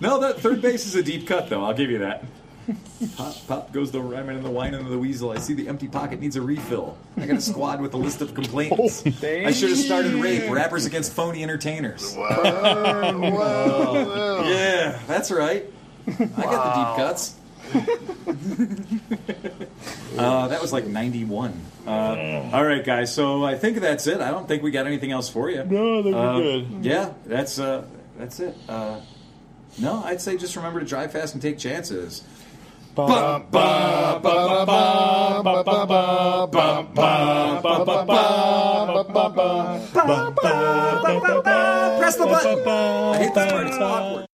no, that third base is a deep cut, though. I'll give you that. Pop, pop goes the ramen and the wine and the weasel. I see the empty pocket needs a refill. I got a squad with a list of complaints. I should have started rape. Rappers against phony entertainers. Yeah, that's right. I got the deep cuts. uh, that was like 91. Uh, all right, guys. So I think that's it. I don't think we got anything else for you.
No, I think we're
Uh,
good.
Yeah, that's uh, that's it. Uh, no, I'd say just remember to drive fast and take chances. Bum, bum, bum, bum, bum, bum, bum, bum, bum, bum, bum, bum, bum, bum. Press the button. I hate this part. It's awkward.